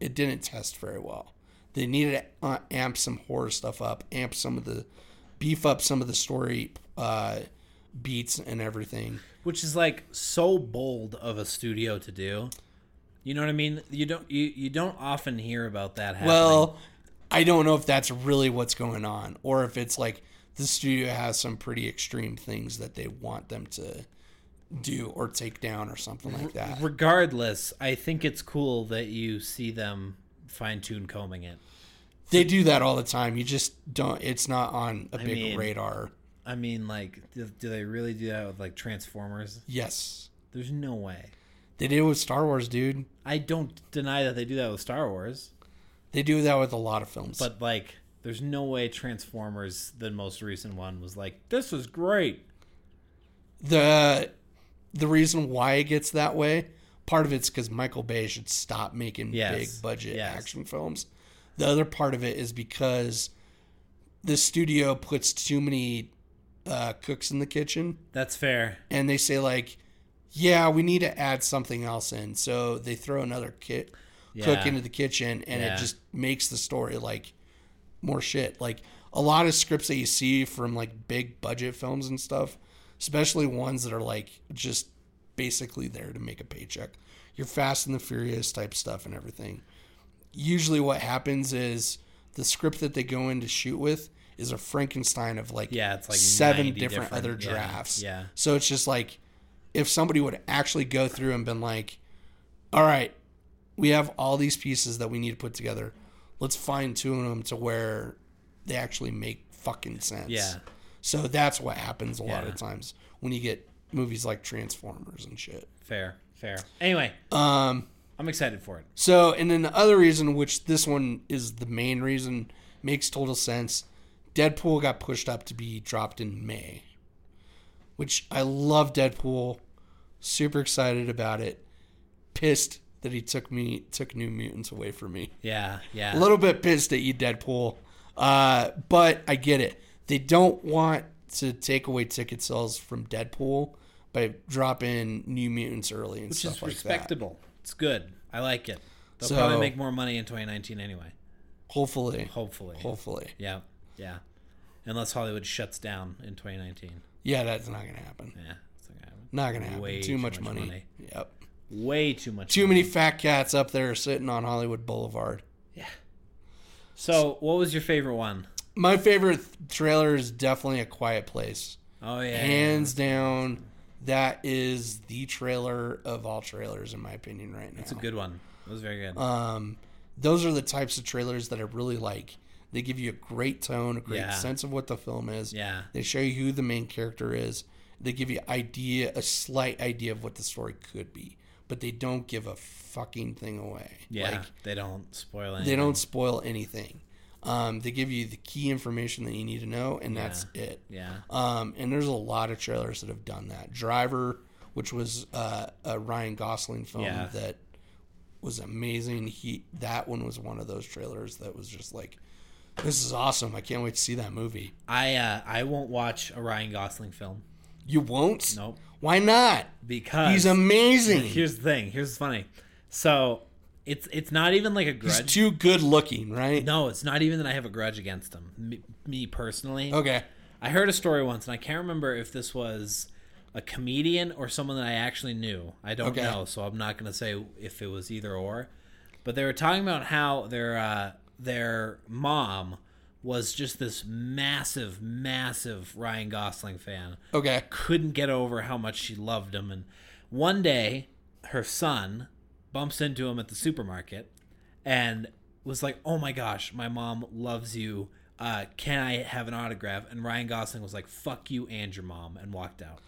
Speaker 2: it didn't test very well. They needed to uh, amp some horror stuff up, amp some of the, beef up some of the story uh, beats and everything.
Speaker 1: which is like so bold of a studio to do. You know what I mean? You don't you, you don't often hear about that happening.
Speaker 2: Well, I don't know if that's really what's going on, or if it's like the studio has some pretty extreme things that they want them to do or take down or something like that.
Speaker 1: regardless, I think it's cool that you see them fine tune combing it.
Speaker 2: They do that all the time. You just don't. It's not on a big
Speaker 1: mean-
Speaker 2: radar.
Speaker 1: I mean, like, do, do they really do that with like Transformers?
Speaker 2: Yes,
Speaker 1: There's no way.
Speaker 2: they did it with Star Wars, dude.
Speaker 1: I don't deny that they do that with Star Wars,
Speaker 2: They do that with a lot of films.
Speaker 1: but like, there's no way Transformers, the most recent one, was like, this is great.
Speaker 2: the the reason why it gets that way part of it's because michael bay should stop making
Speaker 1: Yes.
Speaker 2: big budget
Speaker 1: Yes.
Speaker 2: action films the other part of it is because the studio puts too many uh, cooks in the kitchen
Speaker 1: That's fair.
Speaker 2: and they say like yeah we need to add something else in so they throw another kit cook
Speaker 1: Yeah.
Speaker 2: into the kitchen and
Speaker 1: Yeah.
Speaker 2: it just makes the story like more shit like a lot of scripts that you see from like big budget films and stuff especially ones that are like just basically there to make a paycheck your fast and the furious type stuff and everything usually what happens is the script that they go in to shoot with is a frankenstein of like
Speaker 1: Yeah, it's like
Speaker 2: seven
Speaker 1: 90
Speaker 2: different,
Speaker 1: different-
Speaker 2: other
Speaker 1: yeah,
Speaker 2: drafts
Speaker 1: yeah.
Speaker 2: so it's just like if somebody would actually go through and been like, all right, we have all these pieces that we need to put together. Let's fine tune them to where they actually make fucking sense.
Speaker 1: Yeah.
Speaker 2: So that's what happens a lot
Speaker 1: Yeah.
Speaker 2: of times when you get movies like Transformers and shit.
Speaker 1: Fair, fair. Anyway,
Speaker 2: Um,
Speaker 1: I'm excited for it.
Speaker 2: so, and then the other reason, which this one is the main reason, makes total sense. Deadpool got pushed up to be dropped in May, which I love Deadpool. Super excited about it. Pissed that he took me took New Mutants away from me.
Speaker 1: Yeah, yeah.
Speaker 2: A little bit pissed at you, Deadpool. Uh, but I get it. They don't want to take away ticket sales from Deadpool by dropping New Mutants early and
Speaker 1: which
Speaker 2: stuff
Speaker 1: is
Speaker 2: like that.
Speaker 1: respectable. It's good. I like it. They'll
Speaker 2: So-
Speaker 1: probably make more money in 2019 anyway.
Speaker 2: Hopefully,
Speaker 1: Hopefully.
Speaker 2: hopefully.
Speaker 1: yeah, yeah. Unless Hollywood shuts down in 2019.
Speaker 2: Yeah, that's not gonna happen.
Speaker 1: Yeah, it's uh, not gonna happen.
Speaker 2: Not gonna happen.
Speaker 1: Way
Speaker 2: too,
Speaker 1: too
Speaker 2: much,
Speaker 1: much
Speaker 2: money.
Speaker 1: money.
Speaker 2: Yep.
Speaker 1: Way too much.
Speaker 2: Too
Speaker 1: money.
Speaker 2: many fat cats up there sitting on Hollywood Boulevard.
Speaker 1: So, what was your favorite one?
Speaker 2: My favorite th- trailer is definitely A Quiet Place.
Speaker 1: Oh yeah,
Speaker 2: Hands down, that is the trailer of all trailers in my opinion right now.
Speaker 1: it's a good one. It was very good.
Speaker 2: um, those are the types of trailers that I really like. They give you a great tone, a great
Speaker 1: Yeah.
Speaker 2: sense of what the film is.
Speaker 1: yeah,
Speaker 2: They show you who the main character is. They give you idea, a slight idea of what the story could be, but they don't give a fucking thing away.
Speaker 1: yeah.
Speaker 2: Like,
Speaker 1: they don't spoil anything.
Speaker 2: they don't spoil anything. Um, they give you the key information that you need to know, and that's it.
Speaker 1: Yeah,
Speaker 2: Um, and there's a lot of trailers that have done that. Driver, which was uh, a Ryan Gosling film
Speaker 1: Yeah.
Speaker 2: that was amazing. He that one was one of those trailers that was just like, this is awesome. I can't wait to see that movie.
Speaker 1: I uh, I won't watch a Ryan Gosling film.
Speaker 2: You won't?
Speaker 1: Nope,
Speaker 2: Why not?
Speaker 1: because
Speaker 2: He's amazing.
Speaker 1: Here's the thing. Here's what's funny. So, it's it's not even like a
Speaker 2: He's
Speaker 1: grudge.
Speaker 2: too good looking, right?
Speaker 1: no, it's not even that I have a grudge against him. Me, me personally,
Speaker 2: Okay.
Speaker 1: I heard a story once, and I can't remember if this was a comedian or someone that I actually knew. I don't
Speaker 2: Okay.
Speaker 1: know, so I'm not going to say if it was either or. But they were talking about how their uh, their mom was just this massive, massive Ryan Gosling fan.
Speaker 2: Okay.
Speaker 1: Couldn't get over how much she loved him, and one day her son bumps into him at the supermarket and was like, "Oh my gosh, my mom loves you. Uh, can I have an autograph?" And Ryan Gosling was like, "Fuck you and your mom," and walked out.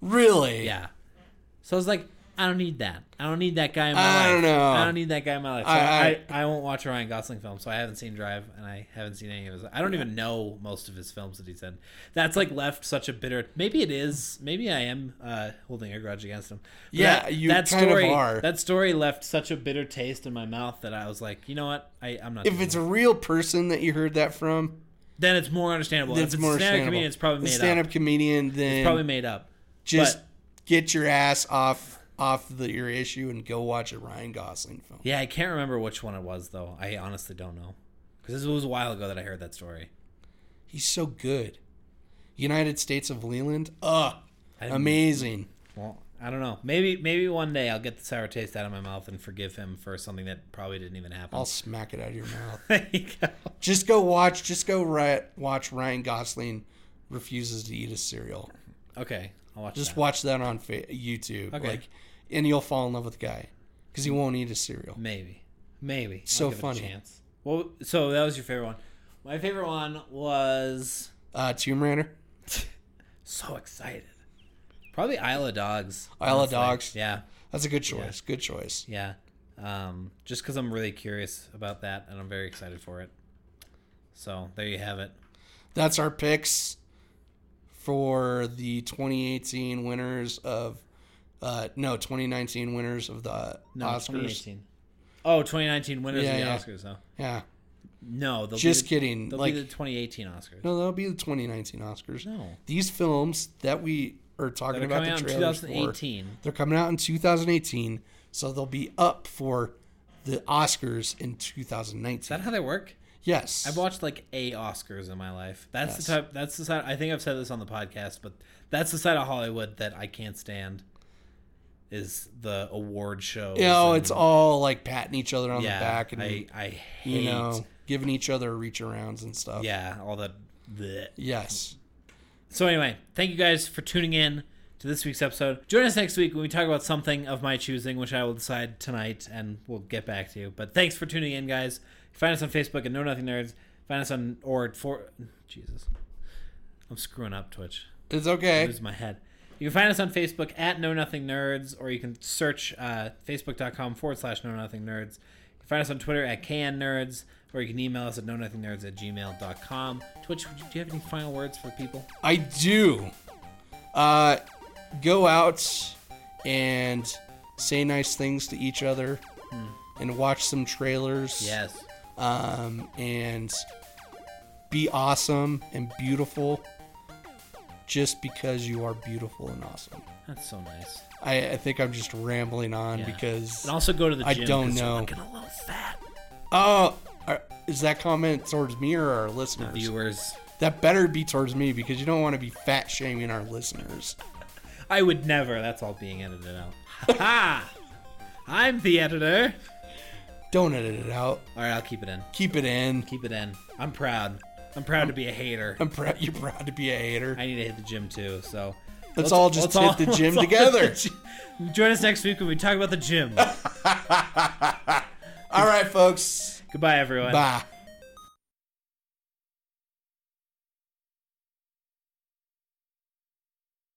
Speaker 2: Really?
Speaker 1: Yeah. So I was like, I don't need that. I don't need that guy in my
Speaker 2: I
Speaker 1: life.
Speaker 2: don't know.
Speaker 1: I don't need that guy in my life. So
Speaker 2: I-
Speaker 1: I,
Speaker 2: I-
Speaker 1: I, I, won't watch a Ryan Gosling film, so I haven't seen Drive, and I haven't seen any of his. I don't even know most of his films that he's in. That's like left such a bitter. Maybe it is. Maybe I am uh, holding a grudge against him. But
Speaker 2: Yeah, you kind of
Speaker 1: story,
Speaker 2: are.
Speaker 1: That story left such a bitter taste in my mouth that I was like, you know what? I, I'm not.
Speaker 2: If
Speaker 1: doing
Speaker 2: it's
Speaker 1: it.
Speaker 2: a real person that you heard that from,
Speaker 1: then it's more understandable.
Speaker 2: then
Speaker 1: If
Speaker 2: it's
Speaker 1: it's
Speaker 2: more
Speaker 1: a stand-up
Speaker 2: understandable.
Speaker 1: comedian, it's probably made
Speaker 2: stand
Speaker 1: up.
Speaker 2: up comedian, then
Speaker 1: It's probably made up.
Speaker 2: just
Speaker 1: but-
Speaker 2: get your ass off off the, your issue and go watch a Ryan Gosling film.
Speaker 1: Yeah, I can't remember which one it was though. I honestly don't know because this was a while ago that I heard that story.
Speaker 2: He's so good. United States of Leland, ugh,
Speaker 1: I didn't-
Speaker 2: amazing.
Speaker 1: Well, I don't know. Maybe maybe one day I'll get the sour taste out of my mouth and forgive him for something that probably didn't even happen.
Speaker 2: I'll smack it out of your mouth.
Speaker 1: [LAUGHS] There you go.
Speaker 2: Just go watch. Just go ri watch Ryan Gosling refuses to eat a cereal.
Speaker 1: Okay, I'll watch.
Speaker 2: Just
Speaker 1: that.
Speaker 2: watch that on fa- YouTube,
Speaker 1: Okay. Mm.
Speaker 2: like, and you'll fall in love with the guy because he won't eat a cereal.
Speaker 1: maybe, maybe. I'll
Speaker 2: So
Speaker 1: give it a
Speaker 2: funny.
Speaker 1: chance. Well, so that was your favorite one. My favorite one was
Speaker 2: Uh, Tomb Raider.
Speaker 1: so excited. Probably Isle of Dogs.
Speaker 2: Isle of
Speaker 1: honestly.
Speaker 2: Dogs.
Speaker 1: Yeah,
Speaker 2: That's a good choice. Good choice.
Speaker 1: yeah. Um, just because I'm really curious about that and I'm very excited for it. So there you have it.
Speaker 2: That's our picks for the 2018 winners of, uh, no, 2019 winners of the
Speaker 1: No,
Speaker 2: Oscars.
Speaker 1: 2018. Oh, 2019 winners
Speaker 2: Yeah,
Speaker 1: of the
Speaker 2: yeah.
Speaker 1: Oscars. Though.
Speaker 2: Yeah.
Speaker 1: No, they'll
Speaker 2: Just
Speaker 1: be the,
Speaker 2: kidding.
Speaker 1: They'll
Speaker 2: Like,
Speaker 1: be the 2018 Oscars.
Speaker 2: no, that'll be the 2019 Oscars.
Speaker 1: No.
Speaker 2: These films that we are talking
Speaker 1: They're
Speaker 2: about
Speaker 1: coming
Speaker 2: the
Speaker 1: out in
Speaker 2: trailers for,
Speaker 1: 2018.
Speaker 2: they're coming out in 2018, so they'll be up for the Oscars in
Speaker 1: Is
Speaker 2: 2019.
Speaker 1: that how they work?
Speaker 2: yes.
Speaker 1: I've watched like a Oscars in my life. That's
Speaker 2: Yes.
Speaker 1: the type. That's the side. I think I've said this on the podcast, but that's the side of Hollywood that I can't stand. Is the award show?
Speaker 2: you know, oh, it's all like patting each other on
Speaker 1: um, yeah.
Speaker 2: the back and,
Speaker 1: I I hate.
Speaker 2: you know, giving each other reach arounds and stuff.
Speaker 1: yeah, all that. bleh.
Speaker 2: Yes.
Speaker 1: So anyway, thank you guys for tuning in to this week's episode. Join us next week when we talk about something of my choosing, which I will decide tonight, and we'll get back to you. But thanks for tuning in, guys. Find us on Facebook at Know Nothing Nerds. Find us on or for Jesus, I'm screwing up Twitch.
Speaker 2: It's
Speaker 1: I
Speaker 2: okay.
Speaker 1: lose my head. You can find us on Facebook at Know Nothing Nerds, or you can search uh, facebook.com forward slash Know Nothing Nerds. You can find us on Twitter at KN Nerds, or you can email us at know nothing nerds at gmail.com. Twitch, do you have any final words for people?
Speaker 2: I do. Uh, go out and say nice things to each other
Speaker 1: Hmm.
Speaker 2: and watch some trailers.
Speaker 1: Yes.
Speaker 2: Um, and be awesome and beautiful just because you are beautiful and awesome.
Speaker 1: That's so nice.
Speaker 2: I, I think I'm just rambling on
Speaker 1: Yeah.
Speaker 2: because.
Speaker 1: And also go to the gym.
Speaker 2: I don't
Speaker 1: 'cause you're
Speaker 2: know.
Speaker 1: looking a little fat.
Speaker 2: Oh! are- Is that comment towards me or our listeners?
Speaker 1: Viewers,
Speaker 2: That better be towards me because you don't want to be fat shaming our listeners.
Speaker 1: I would never. That's all being edited out. ha! I'm the editor.
Speaker 2: Don't edit it out.
Speaker 1: All right, I'll keep it in.
Speaker 2: Keep it in.
Speaker 1: Keep it in. I'm proud. I'm proud to be a hater.
Speaker 2: I'm proud. [LAUGHS] You're proud to be a hater.
Speaker 1: I need to hit the gym too. So
Speaker 2: Let's all just hit the
Speaker 1: [LAUGHS]
Speaker 2: gym
Speaker 1: all hit the
Speaker 2: together.
Speaker 1: gy- Join us next week when
Speaker 2: [LAUGHS]
Speaker 1: we talk about the gym.
Speaker 2: All right, folks.
Speaker 1: Goodbye, everyone.
Speaker 2: Bye.